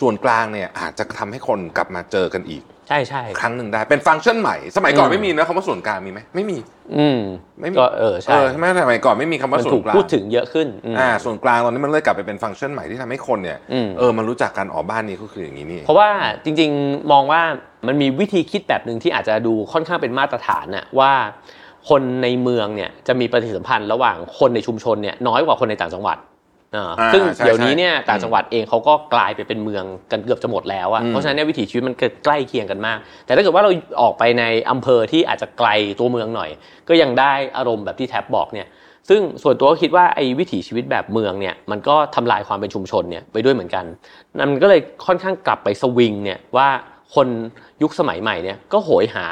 A: ส่วนกลางเนี่ยอาจจะทำให้คนกลับมาเจอกันอีก
B: ใช่ใช่
A: ครั้งหนึ่งได้เป็นฟังก์ชันใหม่ สมัยก่อ
B: อื
A: น
B: ม
A: ไม่มีนะคำว่าส่วนกลางมีไหมไม่มี
B: อืม
A: ไม่มี
B: ก็เออ
A: เอ
B: ใช่
A: อใช่ไหมสมัยก่อนไม่มีคำว่า
B: มัน
A: ส่ว
B: ถู
A: น
B: ก
A: กลาง
B: พูดถึงเยอะขึ้นอืม
A: อ่าส่วนกลางตอนนี้มันเลยกลับไปเป็นฟังก์ชันใหม่ที่ทำให้คนเนี่ย
B: อืม
A: เออมันรู้จักการออกบ้านนี้ก็คืออย่างนี้นี่เอง
B: เพราะว่าจริงๆมองว่ามันมีวิธีคิดแบบหนึ่งที่อาจจะดูค่อนข้างเป็นมาตรฐานน่ะว่าคนในเมืองเนี่ยจะมีปฏิสัมพันธ์ระหว่างคนในชุมชนเนี่ยน้อยกว่าคนในต่างจังหวัดอ่า
A: อ่า
B: ซึ่ง
A: ใช่
B: เดี๋ยวนี้เนี่ย
A: ใช่
B: ต่างจังหวัดเองเขาก็กลายไปเป็นเมืองกันเกือบจะหมดแล้วอะ
A: อืม
B: เพราะฉะนั้นเนี่ยวิถีชีวิตมันก็ใกล้เคียงกันมาก แต่ถ้าเกิดว่าเราออกไปในอำเภอที่อาจจะไกลตัวเมืองหน่อย ก็ยังได้อารมณ์แบบที่แท็บบอกเนี่ย ซึ่งส่วนตัวก็คิดว่าไอ้วิถีชีวิตแบบเมืองเนี่ยมันก็ทำลายความเป็นชุมชนเนี่ยไปด้วยเหมือนกัน นั่นมันก็เลยค่อนข้างกลับไปสวิงเนี่ยว่าคนยุคสมัยใหม่เนี่ยก็โหยหา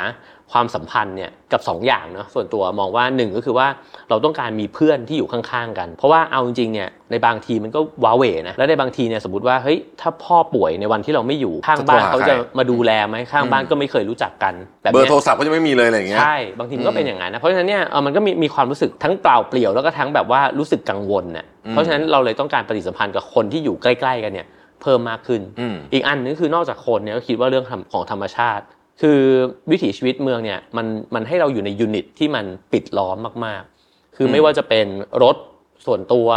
B: ความสัมพันธ์เนี่ยกับสองอย่างเนาะส่วนตัวมองว่าหนึ่งก็คือว่าเราต้องการมีเพื่อนที่อยู่ข้างๆกัน เพราะว่าเอาจริงๆเนี่ยในบางทีมันก็ว้าเหวนะและในบางทีเนี่ยสมมติว่าเฮ้ยถ้าพ่อป่วยในวันที่เราไม่อยู่ข้างบ้านเขาจะมาดูแลไหมข้างบ้านก็ไม่เคยรู้จักกันแบบ
A: เบอ
B: นี้
A: ร์
B: ย
A: โทรศัพท์ก็จะไม่มีเลยอะไรอย่างเงี้ย
B: ใช่ บางทีมันก็เป็นอย่างนั้นนะ เพราะฉะนั้นเนี่ยเอ่อมันก็มีมีความรู้สึกทั้งเปล่าเปลี่ยวแล้วก็ทั้งแบบว่ารู้สึกกังวลเนี่ย
A: อืม
B: เพราะฉะนั้นเราเลยต้องการปฏิสัมพันธ์กับคนที่อยู่ใกล้ ๆ กันเนี่ยเพิ่มมากขึ้น
A: อืม
B: อีกอันนึงคือนอกจากคนเนี่ยก็คิดว่าเรื่องของธรรมชาติ คือวิถีชีวิตเมืองเนี่ยมันมันให้เราอยู่ในยูนิตที่มันปิดล้อมมากๆ คือ
A: ม
B: ไม่ว่าจะเป็นรถส่วนตัว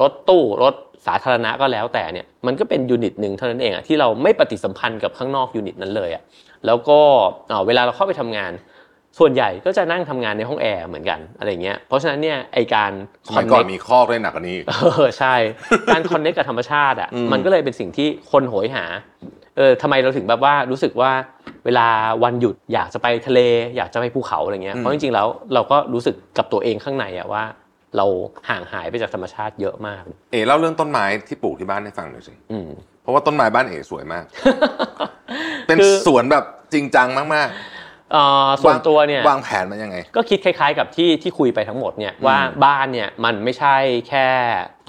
B: รถตู้รถสาธารณะก็แล้วแต่เนี่ยมันก็เป็นยูนิตหนึ่งเท่านั้นเองอะที่เราไม่ปฏิสัมพันธ์กับข้างนอกยูนิตนั้นเลยอะแล้วก็เอ่อเวลาเราเข้าไปทำงาน ส่วนใหญ่ก็จะนั่งทำงานในห้องแอร์เหมือนกันอะไรเงี้ยเพราะฉะนั้นเนี่ยไอการ
A: สมัยก่อนมีข้อด้วยหนักกว่านี้อีก
B: เออใช่ การคอนเน c t กับธรรมชาติอ่ะ
A: อืม
B: มันก็เลยเป็นสิ่งที่คนโหยหาเออทำไมเราถึงแบบว่ารู้สึกว่าเวลาวันหยุดอยากจะไปทะเล อยากจะไปภูเขาอะไรเงี้ยเพราะจริงๆแล้วเราก็รู้สึกกับตัวเองข้างในอ่ะว่า เราห่างหายไปจากธรรมชาติเยอะมาก
A: เอเล่าเรื่องต้นไม้ที่ปลูกที่บ้านให้ฟังหน่อยสิ
B: อืม
A: เพราะว่าต้นไม้บ้านเอสวยมาก เป็น
B: คือ
A: สวนแบบจริงจังมาก
B: เอ่อส่วนตัวเนี่ย
A: วางแผนมันยังไง
B: ก็คิดคล้ายๆกับที่ที่คุยไปทั้งหมดเนี่ยว่าบ้านเนี่ยมันไม่ใช่แค่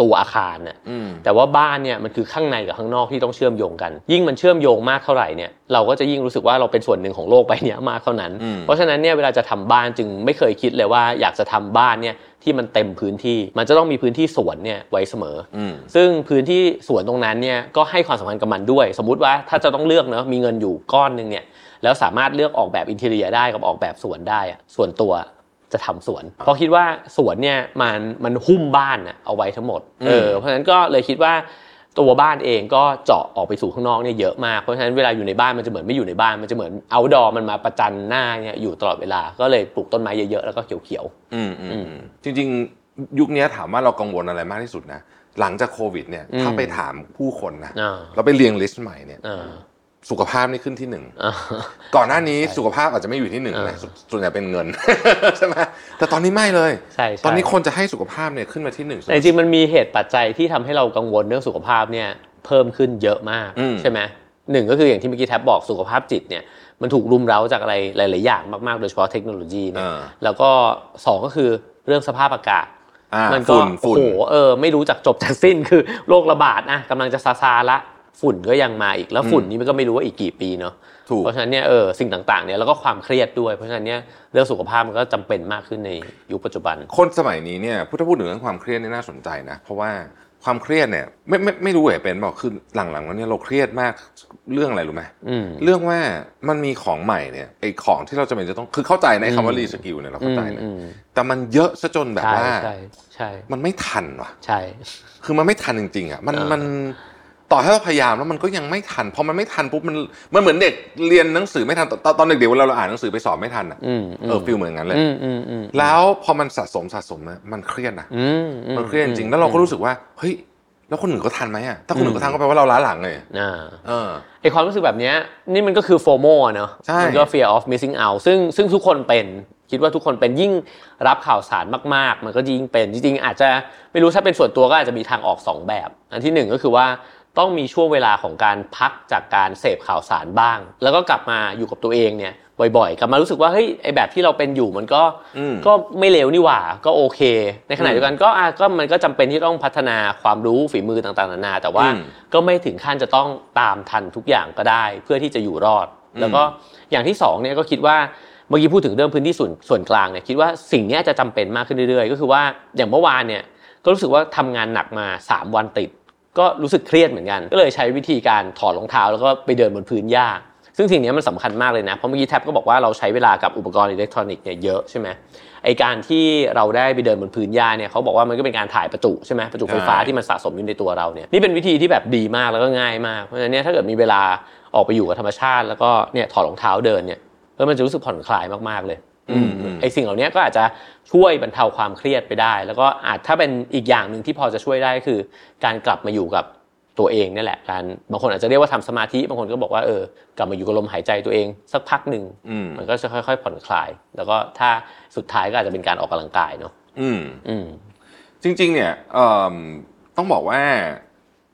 B: ตัวอาคารน่ะ
A: อืม
B: แต่ว่าบ้านเนี่ยมันคือข้างในกับข้างนอกที่ต้องเชื่อมโยงกัน ยิ่งมันเชื่อมโยงมากเท่าไหร่เนี่ยเราก็จะยิ่งรู้สึกว่าเราเป็นส่วนหนึ่งของโลกใบเนี้ยมากเท่านั้น
A: อืม
B: เพราะฉะนั้นเนี่ยเวลาจะทำบ้านจึงไม่เคยคิดเลยว่าอยากจะทำบ้านเนี่ยที่มันเต็มพื้นที่ มันจะต้องมีพื้นที่สวนเนี่ยไว้เสมออ
A: อืม
B: ซึ่งพื้นที่สวนตรงนั้นเนี่ยก็ให้ความสำคัญกับมันด้วย สมมติว่าถ้าจะต้องเลือกเนาะมีเงินอยู่ก้อนหนึ่งเนี่ยแล้วสามารถเลือกออกแบบอินเทเรียได้กับออกแบบสวนได้อะส่วนตัวจะทำสวน เพราะคิดว่าสวนเนี่ยมันมันหุ้มบ้านอะเอาไว้ทั้งหมด
A: อืม
B: เออเพราะฉะนั้นก็เลยคิดว่าตัวบ้านเองก็เจาะออกไปสู่ข้างนอกเนี่ยเยอะมากเพราะฉะนั้นเวลาอยู่ในบ้านมันจะเหมือนไม่อยู่ในบ้านมันจะเหมือนเอาดอมันมาประจันหน้าเนี่ยอยู่ตลอดเวลาก็เลยปลูกต้นไม้เยอะๆแล้วก็เขียว
A: อืมอืมอืมจริง ๆ ยุคนี้ถามว่าเรากังวลอะไรมากที่สุดนะ หลังจากโควิดเนี่ย
B: อืม
A: ถ้าไปถามผู้คนนะ
B: ๆอ่า
A: เราไปเรียงลิสต์ใหม่เนี่ย
B: อ่ า
A: สุขภาพนี่ขึ้นที่หนึ่ง
B: อ่า
A: ก่อนหน้านี้สุขภาพอาจจะไม่อยู่ที่หนึ่ง
B: เออ
A: นะสส่วนใหญ่เป็นเงิน ใช่ไหมแต่ตอนนี้ไม่เลย
B: ใช่ใช่
A: ตอนนี้คนจะให้สุขภาพเนี่ยขึ้นมาที่หนึ่ง
B: แต่จริงๆมันมีเหตุปัจจัยที่ทำให้เรากังวลเรื่องสุขภาพเนี่ยเพิ่มขึ้นเยอะมาก
A: อืม
B: ใช่ไหมหนึ่งก็คืออย่างที่เมื่อกี้แท็บบอกสุขภาพจิตเนี่ยมันถูกรุมเร้าจากอะไรหลาย ๆ อย่างมาก ๆ โดยเฉพาะเทคโนโลยี
A: เอ
B: เนี่ย
A: อ
B: แล้วก็สองก็คือเรื่องสภาพอากาศ
A: อ่า
B: มัก็
A: ฝุ่น
B: โอ้
A: ฝุ่น
B: โหเออไม่รู้จักจบจากสิ้น คือโรคระบาดนะกำลังจะซาซาละฝุ่นก็ยังมาอีกแล้วฝุ่น
A: อืม
B: นี่มันก็ไม่รู้ว่าอีกกี่ปีเนาะ
A: ถูก
B: เพราะฉะนั้นเนี่ยเออสิ่งต่าง ๆ เนี่ยแล้วก็ความเครียดด้วย เพราะฉะนั้นเนี่ยเรื่องสุขภาพมันก็จำเป็นมากขึ้นในยุคปัจจุบัน
A: คนสมัยนี้เนี่ยพูดถ้าพูดถึงเรื่องความเครียดเนี่ยน่าสนใจนะ เพราะว่าความเครียดเนี่ยไม่ไม่ไม่รู้เหรอเป็นบอกคือหลังๆแล้วเนี่ยเราเครียดมากเรื่องอะไรรู้ไหม
B: อืม
A: เรื่องว่ามันมีของใหม่เนี่ยไอของที่เราจะเป็นจะต้องคือเข้าใจในะไอ้คำว่า
B: อืม
A: รีสกิลเนี่ยเราเข้าใจนะ
B: อืมอืม
A: แต่มันเยอะซะจนแบบ
B: ใช่
A: ว่า
B: ใช่ใช่
A: มันไม่ทันว่ะ
B: ใช่
A: คือมันไม่ทันจริงๆอ่ะมัน
B: เออ
A: มันต่อให้เราพยายามแล้วมันก็ยังไม่ทันพอมันไม่ทันปุ๊บมันมันเหมือนเด็กเรียนหนังสือไม่ทันตอนตอนตอนเด็กๆเวลาเราอ่านหนังสือไปสอบไม่ทันอ่ะ
B: อืมม
A: เออฟิลเหมือนงั้นเลย
B: อืมอืมอืม
A: แล้วพอมันสะสมสะสมนะมันเครียดนะ
B: อืมอืม
A: มันเครียดจริงๆแล้วเราก็รู้สึกว่าเฮ้ยแล้วคนอื่นก็ทันไหมอ่ะถ้าคนอื่นก็ทันก็แปลว่าเราล้าหลังเลย
B: อ่า
A: เออ
B: ไอความรู้สึกแบบเนี้ยนี่มันก็คือโฟโมเนอะ
A: ใช่
B: มันก็ fear of missing out ซึ่งซึ่งทุกคนเป็นคิดว่าทุกคนเป็นยิ่งรับข่าวสารมาก ๆ มันก็ยิ่งเป็นจริงๆอาจจะไม่รู้ถ้าเป็นส่วนตัวก็อาจจะมีทางออกสองแบบ อันที่หนึ่งก็คือว่าต้องมีช่วงเวลาของการพักจากการเสพข่าวสารบ้าง แล้วก็กลับมาอยู่กับตัวเองเนี่ยบ่อยๆ กลับมารู้สึกว่าเฮ้ยไอแบบที่เราเป็นอยู่มันก็
A: อืม
B: ก็ไม่เลวนี่หว่าก็โอเค ในขณะ
A: อืม
B: เดียวกันก็อ่ะก็มันก็จำเป็นที่ต้องพัฒนาความรู้ฝีมือต่างๆนานา แต่ว่า
A: อืม
B: ก็ไม่ถึงขั้นจะต้องตามทันทุกอย่างก็ได้ เพื่อที่จะอยู่รอด
A: อืม
B: แล้วก็อย่างที่สองเนี่ยก็คิดว่าเมื่อกี้พูดถึงเรื่องพื้นที่ส่วนส่วนกลางเนี่ยคิดว่าสิ่งเนี้ยจะจำเป็นมากขึ้นเรื่อยๆ ก็คือว่าอย่างเมื่อวานเนี่ยก็รู้สึกว่าทำงานหนักมาสามวันติด ก็รู้สึกเครียดเหมือนกัน ก็เลยใช้วิธีการถอดรองเท้าแล้วก็ไปเดินบนพื้นหญ้า ซึ่งสิ่งเนี้ยมันสำคัญมากเลยนะ เพราะเมื่อกี้แท็บก็บอกว่าเราใช้เวลากับอุปกรณ์อิเล็กทรอนิกส์เนี่ยเยอะใช่ไหมไอการที่เราได้ไปเดินบนพื้นหญ้าเนี่ยเขาบอกว่ามันก็เป็นการถ่ายประจุใช่ไหมประจุไฟฟ้า
A: ใช่
B: ที่มันสะสมอยู่ในตัวเราเนี่ยนี่เป็นวิธีที่แบบดีมากแล้วก็ง่ายมากเพราะฉะนั้นเนี่ยถ้าเกิดมีเวลาออกไปอยู่กับธรรมชาติ แล้วก็เนี่ยถอดรองเท้าเดินเนี่ยเออมันจะรู้สึกผ่อนคลายมากๆเลย
A: อืมอืม
B: ไอสิ่งเหล่านี้ก็อาจจะช่วยบรรเทาความเครียดไปได้ แล้วก็อาจถ้าเป็นอีกอย่างหนึ่งที่พอจะช่วยได้ก็คือ การกลับมาอยู่กับตัวเองเนี่ยแหละการบางคนอาจจะเรียกว่าทำสมาธิบางคนก็บอกว่าเออกลับมาอยู่กับลมหายใจตัวเอง สักพักหนึ่ง
A: อืม
B: มันก็จะค่อย ๆ ผ่อนคลาย แล้วก็ถ้าสุดท้ายก็อาจจะเป็นการออกกำลังกายเนาะ
A: อืม
B: อืม
A: จริงๆ เนี่ยเอิ่มต้องบอกว่า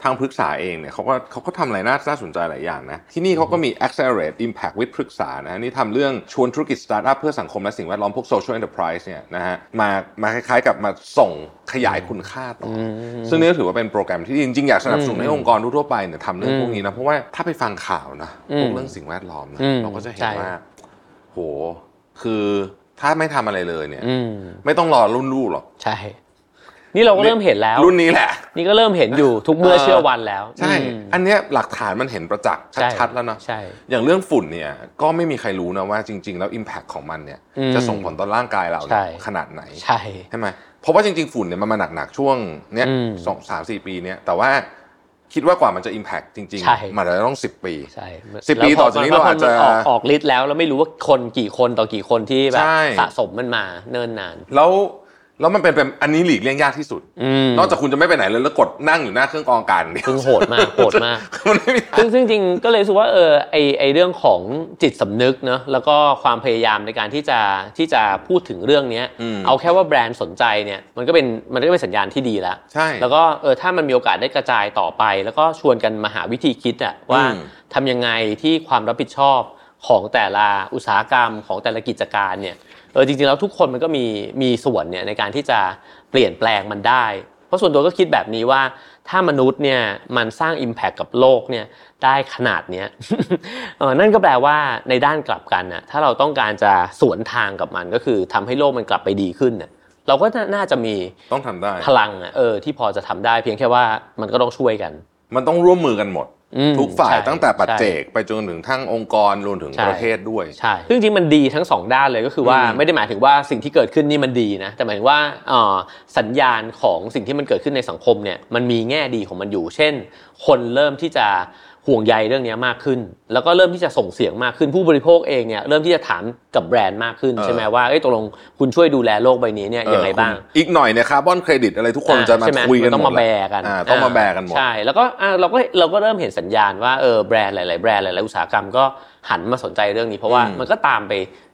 A: ทางพฤกษาเองเนี่ยเขาก็เขาก็ทำอะไรน่าน่าสนใจหลายอย่างนะ ที่นี่เขาก็มี accelerate impact with พฤกษานะนี่ทำเรื่องชวนธุรกิจสตาร์ทอัพเพื่อสังคมและสิ่งแวดล้อมพวก social enterprise เนี่ยนะฮะมามาคล้ายๆกับมาส่งขยายคุณค่าต่ออซึ่งนี่ก็ถือว่าเป็นโปรแกรมที่จริงๆ อยากสนับสนุนให้องค์กรทั่วๆไปเนี่ยทำเรื่องพวกนี้นะ เพราะว่าถ้าไปฟังข่าวนะพวกเรื่องสิ่งแวดล้อมนะ
B: อืม
A: เราก็จะเห็น
B: ใช่
A: ว่าโหคือถ้าไม่ทำอะไรเลยเนี่ย
B: อืม
A: ไม่ต้องรอรุ่นลูกหรอก
B: ใช่ นี่เราก็เริ่มเห็นแล้ว
A: รุ่นนี้แหละ
B: นี่ก็เริ่มเห็นอยู่ทุกเมื่อ
A: เออ
B: เชื่อวันแล้ว
A: ใช่
B: อืม
A: อันเนี้ยหลักฐานมันเห็นประจักษ์
B: ใช่
A: ชัดๆแล้วเนาะ
B: ใช่
A: อย่างเรื่องฝุ่นเนี่ยก็ไม่มีใครรู้นะว่าจริง ๆ แล้ว Impact ของมันเนี่ย
B: อืม
A: จะส่งผลต่อร่างกายเราเนี่ย
B: ใช่
A: ขนาดไหน
B: ใช่
A: ใช่ไหมเพราะว่าจริง ๆ ฝุ่นเนี่ยมันมาหนักๆช่วงเนี้ย
B: อืม
A: สองสามสี่ปีเนี้ยแต่ว่าคิดว่ากว่ามันจะ Impact จริง
B: ใช่
A: ๆ มันอาจจะต้องสิบปี
B: ใช่
A: สิบปีต่อจากนี้เราอาจจะ
B: แล้วพมันออกออกฤทธิ์แล้วแล้วไม่รู้ว่าคนกี่คนต่อกี่คนที่แบบ
A: ใช่
B: สะสมมันมาเนิ่นนาน
A: แล้วแล้วมันเป็นเป็นอันนี้หลีกเลี่ยงยากที่สุด
B: อืม
A: นอกจากคุณจะไม่ไปไหนเลยแล้วกดนั่งอยู่หน้าเครื่องกรองอากาศอย่างเดียว
B: ซึ่งโหดมากโหดมาก
A: มันไม่มีทาง
B: ซึ่งซึ่งจริงก็เลยรู้สึกว่าเออไอไอเรื่องของจิตสำนึกเนอะแล้วก็ความพยายามในการที่จะที่จะพูดถึงเรื่องเนี้ย
A: อืม
B: เอาแค่ว่าแบรนด์สนใจเนี่ยมันก็เป็นมันก็เป็นสัญญาณที่ดีแล้ว
A: ใช่
B: แล้วก็เออถ้ามันมีโอกาสได้กระจายต่อไป แล้วก็ชวนกันมาหาวิธีคิดอะว่า
A: อืม
B: ทำยังไงที่ความรับผิดชอบ ของแต่ละอุตสาหกรรมของแต่ละกิจการเนี่ยเออจริงๆแล้วทุกคนมันก็มีมีส่วนเนี่ยในการที่จะเปลี่ยนแปลงมันได้ เพราะส่วนตัวก็คิดแบบนี้ว่าถ้ามนุษย์เนี่ยมันสร้าง Impact กับโลกเนี่ยได้ขนาดเนี้ย เออนั่นก็แปลว่าในด้านกลับกันนะถ้าเราต้องการจะสวนทางกับมันก็คือทำให้โลกมันกลับไปดีขึ้นเนี่ยเราก็น่าน่าจะมี
A: ต้องทำได้
B: พลังอะเออที่พอจะทำได้เพียงแค่ว่ามันก็ต้องช่วยกัน
A: มันต้องร่วมมือกันหมด
B: อืม
A: ทุกฝ่าย
B: ใช่
A: ตั้งแต่ปัจเจก
B: ใช่
A: ไปจนถึงทั้งองค์กรรวมถึง
B: ใช่
A: ประเทศด้วย
B: ใช่ซึ่งจริงๆมันดีทั้งสองด้านเลยก็คือว่า
A: อืม
B: ไม่ได้หมายถึงว่าสิ่งที่เกิดขึ้นนี่มันดีนะ แต่หมายถึงว่าเอ่อสัญญาณของสิ่งที่มันเกิดขึ้นในสังคมเนี่ยมันมีแง่ดีของมันอยู่ เช่น คนเริ่มที่จะห่วงใยเรื่องเนี้ยมากขึ้น แล้วก็เริ่มที่จะส่งเสียงมากขึ้นผู้บริโภคเองเนี่ยเริ่มที่จะถามกับแบรนด์มากขึ้นใช่ไหมว่าเอ้ยตกลงคุณช่วยดูแลโลกใบนี้เนี่ยยังไงบ้าง
A: เออคุณอีกหน่อยเนี่ยคาร์บอนเครดิตอะไรทุกคนจะมา
B: อ่ใช่ไห
A: คุยกัน
B: ต้อ
A: ห
B: ง
A: ด
B: มาแบร์กัน
A: อ่าต้องมาแบร์กันหมด
B: ใช่แล้วก็อ่าเราก็เราก็เริ่มเห็นสัญญาณว่าเออแบรนด์หลาย ๆ แบรนด์หลาย ๆ อุตสาหกรรมก็หันมาสนใจเรื่องนี้ เพราะว่า
A: อืม
B: มันก็ตามไป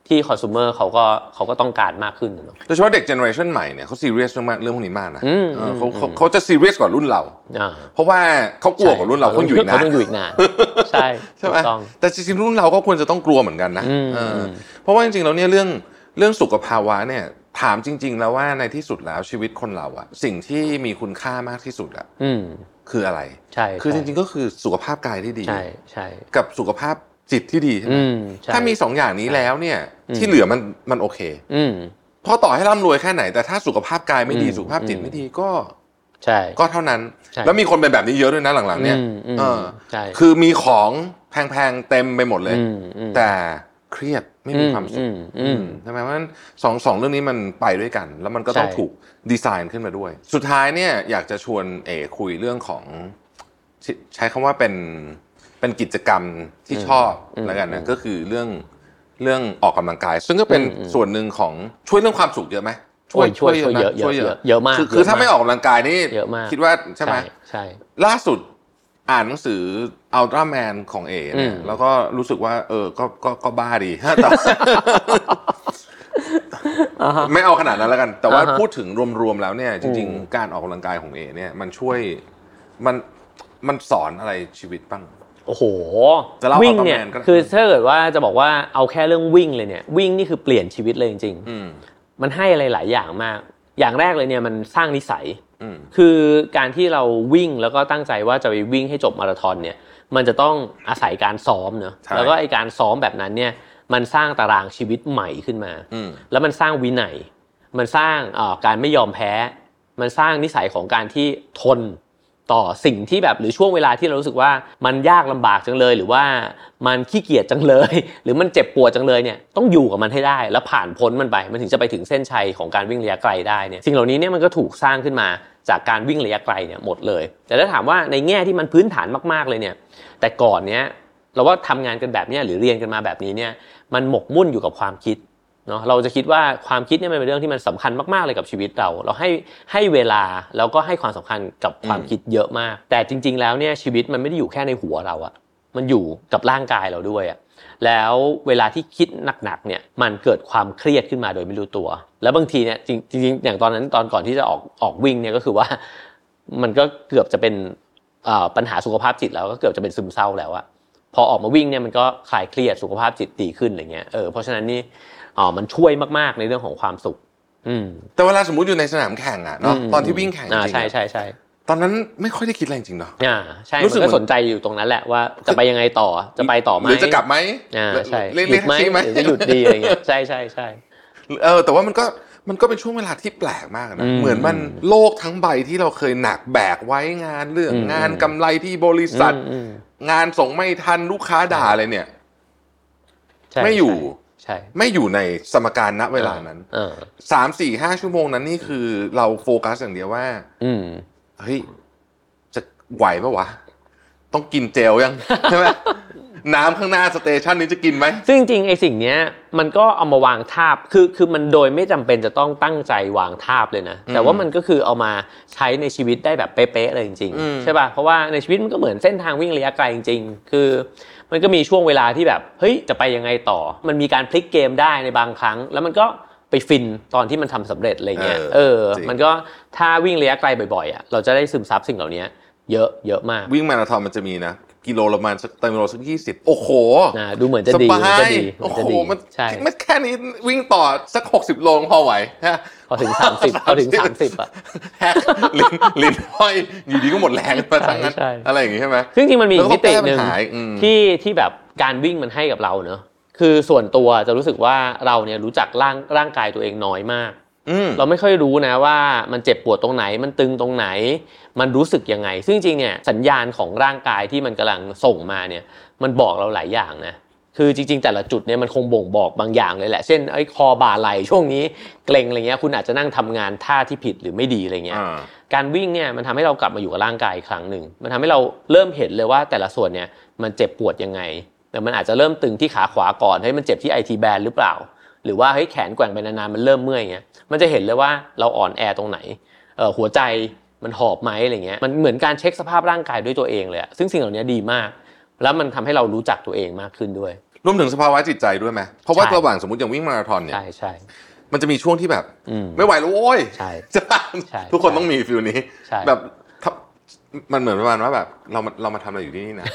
B: ที่คอน sumer เขาก็เขาก็ต้องการมากขึ้นนะเนอะ
A: โดยเฉพาะเด็กเจเนอเรชันใหม่เนี่ยเขาซีเรียสมากๆเรื่องพวกนี้มากนะ
B: อืม
A: เออเขาเขาเขาจะซีเรียสกว่ารุ่นเรา
B: อ่า
A: เพราะว่าเขากลัวกว่ารุ่นเรา
B: ใช่
A: เขาอยู่อีก
B: เขา
A: นะ
B: ต้องอยู่อีก นานใช่
A: ใช่ไหม
B: ถูกต้อง
A: แต่จริงๆรุ่นเราก็ควรจะต้องกลัวเหมือนกันนะ
B: อืม
A: เอออ
B: ม
A: เพราะว่าจริงๆแล้วเนี่ยเรื่องเรื่องสุขภาวะเนี่ยถามจริง ๆ แล้วว่าในที่สุดแล้วชีวิตคนเราอะสิ่งที่มีคุณค่ามากที่สุดอะ
B: อืม
A: คืออะไร
B: ใช่
A: คือจริงๆก็คือสุขภาพกายที่ดี
B: ใช่ใช่
A: กับสุขภาพจิตที่ดีใช่ไหม
B: อืมใช่
A: ถ้ามีสองอย่างนี้แล้วเนี่ย
B: อืม
A: ที่เหลือมันมันโอเค
B: อืม
A: เพราะต่อให้ร่ำรวยแค่ไหนแต่ถ้าสุขภาพกายไม่ดี
B: อืม
A: สุขภาพจิต
B: อืม
A: ไม่ดีก็
B: ใช่
A: ก็เท่านั้น
B: ใช่
A: แล้วมีคนเป็นแบบนี้เยอะด้วยนะหลังๆเนี่ย
B: อืมอืม
A: เออ
B: ใช่
A: คือมีของแพงๆเต็มไปหมดเลย
B: มอืม
A: แต่เครียดไม่มีความสุ
B: อื
A: ข
B: มอืม
A: ใช่ไหมเพราะฉะนั้นสองสองเรื่องนี้มันไปด้วยกัน แล้วมันก็ต้อง
B: ใช่
A: ถูกดีไซน์ขึ้นมาด้วย สุดท้ายเนี่ยอยากจะชวนเอคุยเรื่องของใช้ใช้คำว่าเป็นเป็นกิจกรรมที่ชอบแล้วกันนะก็คือเรื่องเรื่องออกกำลังกาย ซึ่งก็เป็นส่วนหนึ่งของช่วยเรื่องความสุขเยอะไหม
B: โอ้ยช่วยช่วยเยอะ
A: น
B: เยอะเยอะเยอะมาก
A: คือคือถ้าไม่ออกกำลังกายนี่
B: เยอะมาก
A: คิดว่าใช่ไหม
B: ใช่
A: ล่าสุดอ่านหนังสืออัลตร้าแมนของเอเนี่ย
B: อืม
A: แล้วก็รู้สึกว่า เออก็ก็ก็บ้าดี แต่
B: อ่าฮะ
A: ไม่เอาขนาดนั้นแล้วกัน แต่ว่า
B: อ่าฮะ
A: พูดถึงรวมๆแล้วเนี่ยจริง
B: อืม
A: ๆ การออกกำลังกายของเอเนี่ยมันช่วยมันมันสอนอะไรชีวิตบ้าง
B: โอ้โห
A: จะเล่า
B: วิ่งเนี่ย
A: Aquaman ก็ได้
B: คือถ้าเกิดว่าจะบอกว่าเอาแค่เรื่องวิ่งเลยเนี่ย วิ่งนี่คือเปลี่ยนชีวิตเลยจริง
A: อืม
B: ๆ มันให้อะไรหลายอย่างมาก อย่างแรกเลยเนี่ยมันสร้างนิสัย
A: อืม
B: คือการที่เราวิ่งแล้วก็ตั้งใจว่าจะไปวิ่งให้จบมาราธอนเนี่ย มันจะต้องอาศัยการซ้อมเนอะ
A: ใช่
B: แล้วก็ไอการซ้อมแบบนั้นเนี่ย มันสร้างตารางชีวิตใหม่ขึ้นมา
A: อืม
B: แล้วมันสร้างวินัย มันสร้างเอ่อการไม่ยอมแพ้ มันสร้างนิสัยของการที่ทนต่อสิ่งที่แบบหรือช่วงเวลาที่เรารู้สึกว่ามันยากลำบากจังเลย หรือว่ามันขี้เกียจจังเลย หรือมันเจ็บปวดจังเลยเนี่ยต้องอยู่กับมันให้ได้ แล้วผ่านพ้นมันไป มันถึงจะไปถึงเส้นชัยของการวิ่งระยะไกลได้เนี่ยสิ่งเหล่านี้เนี่ยมันก็ถูกสร้างขึ้นมาจากการวิ่งระยะไกลเนี่ยหมดเลย แต่ถ้าถามว่าในแง่ที่มันพื้นฐานมากๆเลยเนี่ย แต่ก่อนเนี้ยเราว่าทำงานกันแบบเนี้ยหรือเรียนกันมาแบบนี้เนี่ยมันหมกมุ่นอยู่กับความคิด เนาะเราจะคิดว่าความคิดเนี่ยมันเป็นเรื่องที่มันสำคัญมากๆเลยกับชีวิตเรา เราให้ให้เวลาแล้วก็ให้ความสำคัญกับความคิดเยอะมาก แต่จริง ๆ แล้วเนี่ยชีวิตมันไม่ได้อยู่แค่ในหัวเราอะมันอยู่กับร่างกายเราด้วยอะแล้วเวลาที่คิดหนักๆเนี่ยมันเกิดความเครียดขึ้นมาโดยไม่รู้ตัว แล้วบางทีเนี่ยจริงจริงๆอย่างตอนนั้นตอนก่อนที่จะออกออกวิ่งเนี่ยก็คือว่า มันก็เกือบจะเป็นเอ่อปัญหาสุขภาพจิตแล้วก็เกือบจะเป็นซึมเศร้าแล้วอะพอออกมาวิ่งเนี่ยมันก็คลายเครียดสุขภาพจิตดีขึ้นอะไรเงี้ยเออเพราะฉะนั้นนี่ อ๋อ มันช่วยมากๆ ในเรื่องของความสุข อืม
A: แต่เวลาสมมติอยู่ในสนามแข่งอะเนาะตอนที่วิ่งแข่งจ
B: อ่า
A: ริง
B: ใช่
A: ๆอะ
B: ใช่ใช่
A: ตอนนั้นไม่ค่อยได้คิดอะไรจริงๆเนาะ
B: อ่าใช่
A: รู้
B: มัน
A: สึกเหมื
B: ก็
A: อน
B: สนใจอยู่ตรงนั้นแหละว่าจะไปยังไงต่อ จะไปต่อไหม
A: หรือจะกลับไหม
B: อ่าใช่
A: เล่น
B: หยุ
A: เล่น
B: ด
A: แท็กซี่ไหม
B: หรือจะหยุดดีอะไรเงี้ย ใช่ใช่ใช่
A: เออแต่ว่ามันก็มันก็เป็นช่วงเวลาที่แปลกมาก
B: อื
A: นะ
B: ม
A: เหมือนมันโลกทั้งใบที่เราเคยหนักแบกไว้งานเรื่อง
B: อืม
A: งานกำไรที่บริษัท
B: อืมอืม
A: งานส่งไม่ทันลูกค้าด่าอะไรเนี่ย
B: ใช่
A: ไม่อยู่
B: ใช่
A: ไม่อยู่ในสมการณเวลานั้น
B: เออ
A: สามสี่ห้าชั่วโมงนั้นนี่คือเราโฟกัสอย่างเดียวว่า
B: อืม
A: เฮ้ยจะไหวปะวะ ต้องกินเจลยัง ใช่ไหมน้ำข้างหน้าสเตชันนี้จะกินไหม
B: ซึ่งจริงๆไอ้สิ่งเนี้ยมันก็เอามาวางทาบคือคือมันโดยไม่จำเป็นจะต้องตั้งใจวางทาบเลยนะ แต่ว่ามันก็คือเอามาใช้ในชีวิตได้แบบเป๊ะๆเลยจริง
A: อืม
B: ๆใช่ป่ะเพราะว่าในชีวิตมันก็เหมือนเส้นทางวิ่งระยะไกลจริง ๆ คือ มันก็มีช่วงเวลาที่แบบเฮ้ยจะไปยังไงต่อ มันมีการพลิกเกมได้ในบางครั้ง แล้วมันก็ไปฟินตอนที่มันทำสำเร็จอะไรเงี้ย
A: เออ
B: เออ
A: จริง
B: มันก็ถ้าวิ่งระยะไกลบ่อยๆอ่ะเราจะได้ซึมซับสิ่งเหล่านี้เยอะเยอะมาก
A: วิ่งมาราธอนมันจะมีนะ
E: กิโลละประมาณสักเติมกิโลสักยี่สิบโอ้โห
B: นะดูเหมือนจะดี
E: สบา
B: จะ
E: ย
B: ดี
E: โอ้
B: จะ
E: โห
B: ดี
E: มัน
B: ใช่
E: มันแค่นี้วิ่งต่อสัก 60 โลงพอไหวฮะ
B: พอถึง 30พอถึง 30อ่ะ
E: แฮก ลิ้นลิ้นห้อยอยู่ดีก็หมดแรงมาทั้งนั้น
B: ใช่ใช่
E: อะไรอย่างงี้ใช่ไหม
B: ซึ่งจริงมันมีอีกมิติหนึ่ง
E: แล้วก็แก้ปัญหาอีกอืม
B: ที่ที่แบบการวิ่งมันให้กับเราเนอะคือส่วนตัวจะรู้สึกว่าเราเนี่ยรู้จักร่างร่างกายตัวเองน้อยมาก
E: อืม
B: เราไม่ค่อยรู้นะว่ามันเจ็บปวดตรงไหน มันตึงตรงไหน มันรู้สึกยังไง ซึ่งจริงๆเนี่ยสัญญาณของร่างกายที่มันกำลังส่งมาเนี่ยมันบอกเราหลายอย่างนะคือจริง ๆ แต่ละจุดเนี่ยมันคงบ่งบอกบางอย่างเลยแหละเช่นไอ้คอบ่าไหล่ช่วงนี้เกร็งอะไรเงี้ยคุณอาจจะนั่งทำงานท่าที่ผิดหรือไม่ดีอะไรเงี้ย
E: อ่า
B: การวิ่งเนี่ยมันทำให้เรากลับมาอยู่กับร่างกายอีกครั้งหนึ่ง มันทำให้เราเริ่มเห็นเลยว่าแต่ละส่วนเนี่ยมันเจ็บปวดยังไง แต่มันอาจจะเริ่มตึงที่ขาขวาก่อนให้ยมันเจ็บที่ไอทีแบนหรือเปล่า หรือว่าเฮ้ยแขนแกว่งไปนานๆมันเริ่มเมื่อยเงี้ย มันจะเห็นเลยว่าเราอ่อนแอตรงไหนเอ่อหัวใจมันหอบไหมอะไรเงี้ย มันเหมือนการเช็คสภาพร่างกายด้วยตัวเองเลยอะซึ่งสิ่งเหล่านี้ดีมาก แล้วมันทำให้เรารู้จักตัวเองมากขึ้นด้วย
E: รวมถึงสภาวะจิตใจด้วยไหมเพราะว่า
B: ใช่
E: ระหว่างสมมติอย่างวิ่งมาราธอนเนี่ย
B: ใช่ใช่
E: มันจะมีช่วงที่แบบ
B: อืม
E: ไม่ไหวแล้วโอ้ย
B: ใช่
E: ใช่ปะ
B: ใช่
E: ทุกคน
B: ใช่
E: ต้องมีฟิลนี้
B: ใช่
E: แบบถ้ามันเหมือนประมาณว่าแบบเรามาเรามาทำอะไรอยู่ที่นี่ นะ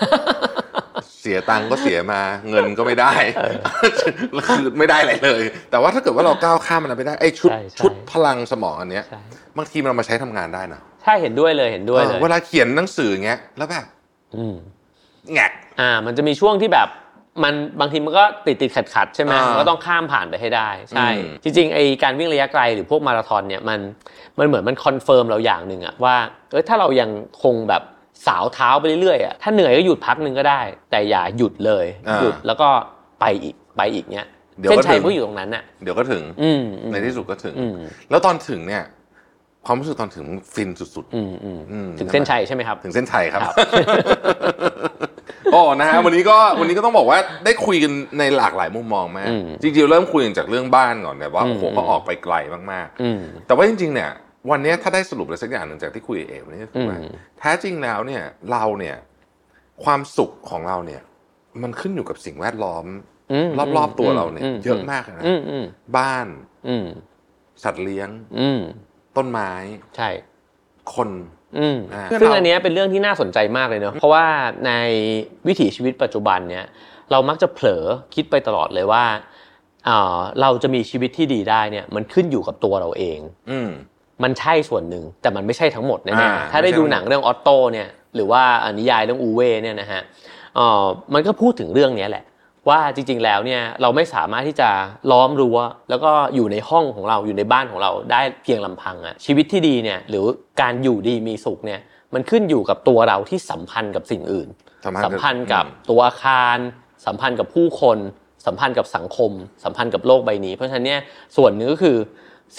E: เสียตังค์ก็เสียมาเงินก็ไม่ได้ คือไม่ได้อะไรเลย แต่ว่าถ้าเกิดว่าเราก้าวข้ามมันไปได้ไอ้ชุด
B: ใช่ใช่
E: ชุดพลังสมองอันเนี้ย
B: ใช่
E: บางทีมันเอามาใช้ทำงานได้นะ
B: ใช่เห็นด้วยเลยเห็นด้วยเล
E: เอย อเวลาเขียนหนังสืออย่างเงี้ยแล้วแบบ
B: อืม
E: แงก
B: อ่ามันจะมีช่วงที่แบบมันบางทีมันก็ติดติดขัดขัดๆใช่ไหม
E: อ่ามั
B: มันก็ต้องข้ามผ่านไปให้ได้ ใช่
E: อืม
B: จริงๆไอการวิ่งระยะไกลหรือพวกมาราธอนเนี่ยมันมันเหมือนมันคอนเฟิร์มเราอย่างหนึ่งอะว่าเอยถ้าเรายังคงแบบสาวเท้าไปเรื่อยๆอะถ้าเหนื่อยก็หยุดพักหนึ่งก็ได้ แต่อย่าหยุดเลยหยุดแล้วก็ไปอีกไปอีกเนี่ย
E: เดี๋ยว
B: เส้น
E: ก็
B: ชั
E: ถึ
B: ย
E: ง
B: ก็อยู่ตรงนั้นอะ
E: เดี๋ยวก็ถึง
B: อืมอืม
E: ในที่สุดก็ถึง
B: อืม
E: แล้วตอนถึงเนี่ย ความรู้สึกตอนถึงฟินสุด
B: อืมอืม
E: อืม
B: ถึงเส้นชัยใช่ไหมครับ
E: ๆ ถึงเส้นชัยครับ
B: ครับ
E: โอ้นะฮะวันนี้ก็วันนี้ก็ต้องบอกว่าได้คุยกันในหลากหลายมุมมองมาก
B: อืม
E: จริงๆเริ่มคุยกันจากเรื่องบ้านก่อนเนี่ยว่า
B: อืม
E: โอ้โหก็ออกไปไกลมาก
B: อืม
E: ๆ แต่ว่าจริง ๆ เนี่ย วันนี้ถ้าได้สรุปอะไรสักอย่างหนึ่งจากที่คุยกับเอกวันนี้ก็คือว่า
B: อืม
E: แท้จริงแล้วเนี่ย เราเนี่ย ความสุขของเราเนี่ย มันขึ้นอยู่กับสิ่งแวดล้อม
B: ม
E: รอบๆตัวเราเนี่ย
B: ม
E: เยอะมากเลยนะ
B: อืมอืม
E: บ้าน
B: อืม
E: สัตว์เลี้ยง
B: อืม
E: ต้นไม้
B: ใช่
E: คน
B: อืม
E: อ่า
B: ซึ่งอันเนี้ยเป็นเรื่องที่น่าสนใจมากเลยเนอะเพราะว่าในวิถีชีวิตปัจจุบันเนี่ยเรามักจะเผลอคิดไปตลอดเลยว่าอ่าเราจะมีชีวิตที่ดีได้เนี่ยมันขึ้นอยู่กับตัวเราเอง
E: ืม
B: มันใช่ส่วนหนึ่งแต่มันไม่ใช่ทั้งหมดแน่
E: อ่า
B: ๆถ้าได้ดูหนังเรื่องออตโต้เนี่ยหรือว่าอ่านิยายเรื่องอูเว่เนี่ยนะฮะเอ่อมันก็พูดถึงเรื่องเนี้ยแหละ ว่าจริงๆแล้วเนี่ยเราไม่สามารถที่จะล้อมรั้วแล้วก็อยู่ในห้องของเราอยู่ในบ้านของเราได้เพียงลำพังอะชีวิตที่ดีเนี่ยหรือการอยู่ดีมีสุขเนี่ยมันขึ้นอยู่กับตัวเราที่สัมพันธ์กับสิ่งอื่น
E: สัมพันธ์กับ
B: สัมพันธ์กับตัวอาคาร สัมพันธ์กับผู้คน สัมพันธ์กับสังคม สัมพันธ์กับโลกใบนี้ เพราะฉะนั้นเนี่ยส่วนหนึงก็คือ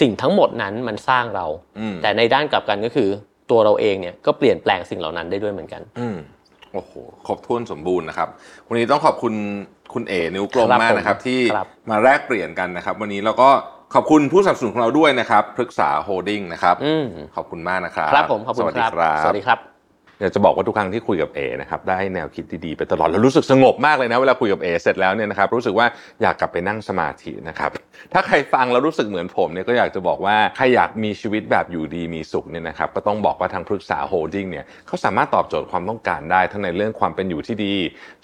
B: สิ่งทั้งหมดนั้นมันสร้างเรา
E: อืม
B: แต่ในด้านกลับกันก็คือตัวเราเองเนี่ยก็เปลี่ยนแปลงสิ่งเหล่านั้นได้ด้วยเหมือนกัน
E: อืมโอ้โห ครบถ้วนสมบูรณ์นะครับ วันนี้ต้องขอบคุณคุณเอ๋นิ้วกลม
B: ครับ
E: มากนะครับ
B: ผม
E: ที่
B: ครับ
E: มาแลกเปลี่ยนกันนะครับ วันนี้เราก็ขอบคุณผู้สนับสนุนของเราด้วยนะครับพฤกษาโฮดิ้งนะครับ
B: อืม
E: ขอบคุณมากนะครับ
B: ครับผมขอบคุณ
E: สวัส
B: ค
E: ดี
B: รับ
E: ครับ
B: สวัสดีครับ
A: อยากจะบอกว่าทุกครั้งที่คุยกับเอนะครับได้แนวคิดดีๆไปตลอดแล้วรู้สึกสงบมากเลยนะเวลาคุยกับเอเสร็จแล้วเนี่ยนะครับรู้สึกว่าอยากกลับไปนั่งสมาธินะครับถ้าใครฟังแล้วรู้สึกเหมือนผมเนี่ยก็อยากจะบอกว่าใครอยากมีชีวิตแบบอยู่ดีมีสุขเนี่ยนะครับก็ต้องบอกว่าทางปรึกษาโฮลดิ้งเนี่ยเขาสามารถตอบโจทย์ความต้องการได้ทั้งในเรื่องความเป็นอยู่ที่ดี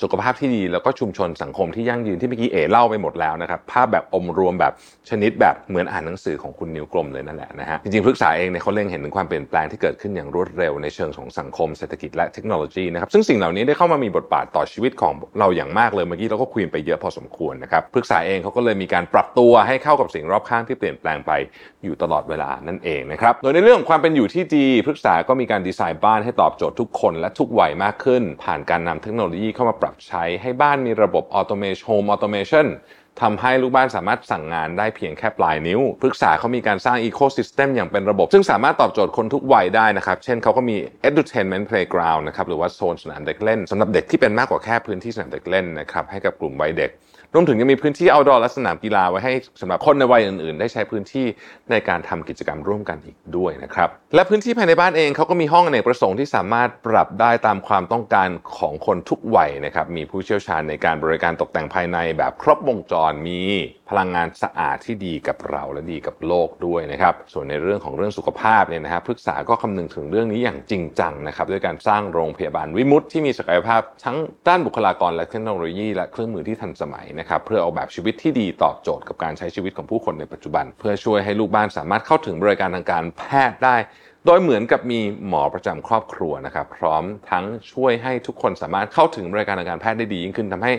A: สุขภาพที่ดีแล้วก็ชุมชนสังคมที่ยั่งยืนที่เมื่อกี้เอเล่าไปหมดแล้วนะครับภาพแบบอมรวมแบบชนิดแบบเหมือนอ่านหนังสือของคุณนิวกลมเลยนั่นแหละนะฮะจริงๆพฤกษาเองเนี่ยเขาเล็งเห็นถึงความเปลี่ยนแปลงที่เกิดขึ้นอย่างรวดเร็วในเชิงของสังคมเศรษฐกิจและเทคโนโลยีนะครับซึ่งสิ่งเหล่านี้ได้เข้ามามีบทบาทต่อชีวิตของเราอย่างมากเลยเมื่อกี้เราก็คุยไปเยอะพอสมควรนะครับพฤกษาเองเขาก็เลยมีการปรับตัวให้เข้ากับสิ่งรอบข้างที่เปลี่ยนแปลงไปอยู่ตลอดเวลานั่นเองนะครับโดยในเรื่องของความเป็นอยู่ที่ดีพฤกษาก็มีการดีไซน์บ้านให้ตอบโจทย์ทุกคนและทุกวัยมากขึ้น ผ่านการนำเทคโนโลยีเข้ามาปรับใช้ให้บ้านมีระบบออโตเมชโฮมออโตเมชัน ทำให้ลูกบ้านสามารถสั่งงานได้เพียงแค่ปลายนิ้ว ปรึกษาเขามีการสร้างอีโค y ิสเต็มอย่างเป็นระบบ ซึ่งสามารถตอบโจทย์คนทุกวัยได้นะครับ เช่นเขาก็มี entertainment playground นะครับหรือว่าโซนสนามเด็กเล่นสำหรับเด็กที่เป็นมากกว่าแค่พื้นที่สนามเด็กเล่นนะครับให้กับกลุ่มวัยเด็ก รวมถึงยังมีพื้นที่ outdoor และสนามกีฬาไว้ให้สำหรับคนในวัยอื่นๆ ได้ใช้พื้นที่ในการทำกิจกรรมร่วมกันอีกด้วยนะครับ และพื้นที่ภายในบ้านเองเขาก็มีห้องอเนกประสงค์ที่สามารถปรับได้ตามความต้องการของคนทุกวัยนะครับ มีผู้เชี่ยวชาญในการบริการตกแต่งภายในแบบครบวงจรมี พลังงานสะอาดที่ดีกับเราและดีกับโลกด้วยนะครับ ส่วนในเรื่องของเรื่องสุขภาพเนี่ยนะฮะพฤกษาก็คำนึงถึงเรื่องนี้อย่างจริงจังนะครับด้วยการสร้างโรงพยาบาลวิมุตติที่มีศักยภาพทั้งด้านบุคลากรและเทคโนโลยี และเครื่องมือที่ทันสมัยนะครับเพื่อออกแบบชีวิตที่ดีตอบโจทย์กับการใช้ชีวิตของผู้คนในปัจจุบัน เพื่อช่วยให้ลูกบ้านสามารถเข้าถึงบริการทางการแพทย์ได้ โดยเหมือนกับมีหมอประจำครอบครัวนะครับพร้อมทั้งช่วยให้ทุกคนสามารถเข้าถึงบริการทางการแพทย์ได้ดียิ่งขึ้นทำให้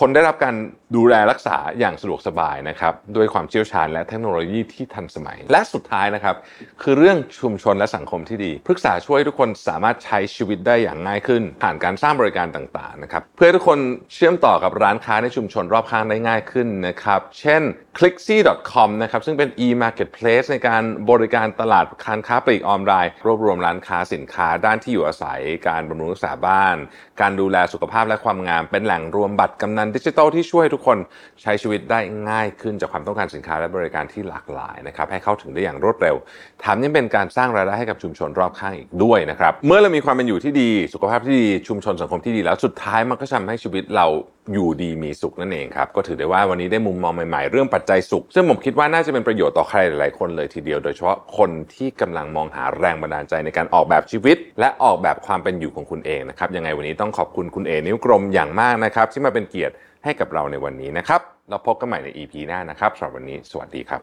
A: คนได้รับการดูแลรักษาอย่างสะดวกสบายนะครับด้วยความเชี่ยวชาญและเทคโนโลยีที่ทันสมัย และสุดท้ายนะครับ คือเรื่องชุมชนและสังคมที่ดีพฤกษาช่วยให้ทุกคนสามารถใช้ชีวิตได้อย่างง่ายขึ้น ผ่านการสร้างบริการต่างๆนะครับเพื่อให้ทุกคนเชื่อมต่อกับร้านค้าในชุมชนรอบข้างได้ง่ายขึ้นนะครับเช่น clicksy.com นะครับซึ่งเป็น e-marketplace ในการบริการตลาดการค้าปลีกออนไลน์รวบรวมร้านค้าสินค้าด้านที่อยู่อาศัย การบำรุงรักษาบ้าน การดูแลสุขภาพและความงามเป็นแหล่งรวมบัตรกำนันดิจิทัลที่ช่วยให้ทุกคนใช้ชีวิตได้ง่ายขึ้นจากความต้องการสินค้าและบริการที่หลากหลายนะครับให้เข้าถึงได้อย่างรวดเร็วแถมยังเป็นการสร้างรายได้ให้กับชุมชนรอบข้างอีกด้วยนะครับเมื่อเรามีความเป็นอยู่ที่ดี สุขภาพที่ดีชุมชนสังคมที่ดีแล้วสุดท้ายมันก็ทำให้ชีวิตเรา อยู่ดีมีสุขนั่นเองครับ ก็ถือได้ว่าวันนี้ได้มุมมองใหม่ๆ เรื่องปัจจัยสุข ซึ่งผมคิดว่าน่าจะเป็นประโยชน์ต่อใครหลายๆคนเลยทีเดียว โดยเฉพาะคนที่กำลังมองหาแรงบันดาลใจในการออกแบบชีวิต และออกแบบความเป็นอยู่ของคุณเองนะครับยังไงวันนี้ต้องขอบคุณคุณเอนิ้วกรมอย่างมากนะครับ ที่มาเป็นเกียรติให้กับเราในวันนี้นะครับเราพบกันใหม่ใน EP หน้านะครับสำหรับวันนี้สวัสดีครับ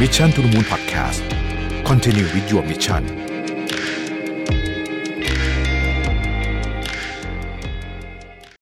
C: มิชชั่นทุ h มูลพอดแคสต์คอนเทนิววิดีโอมิชชั่น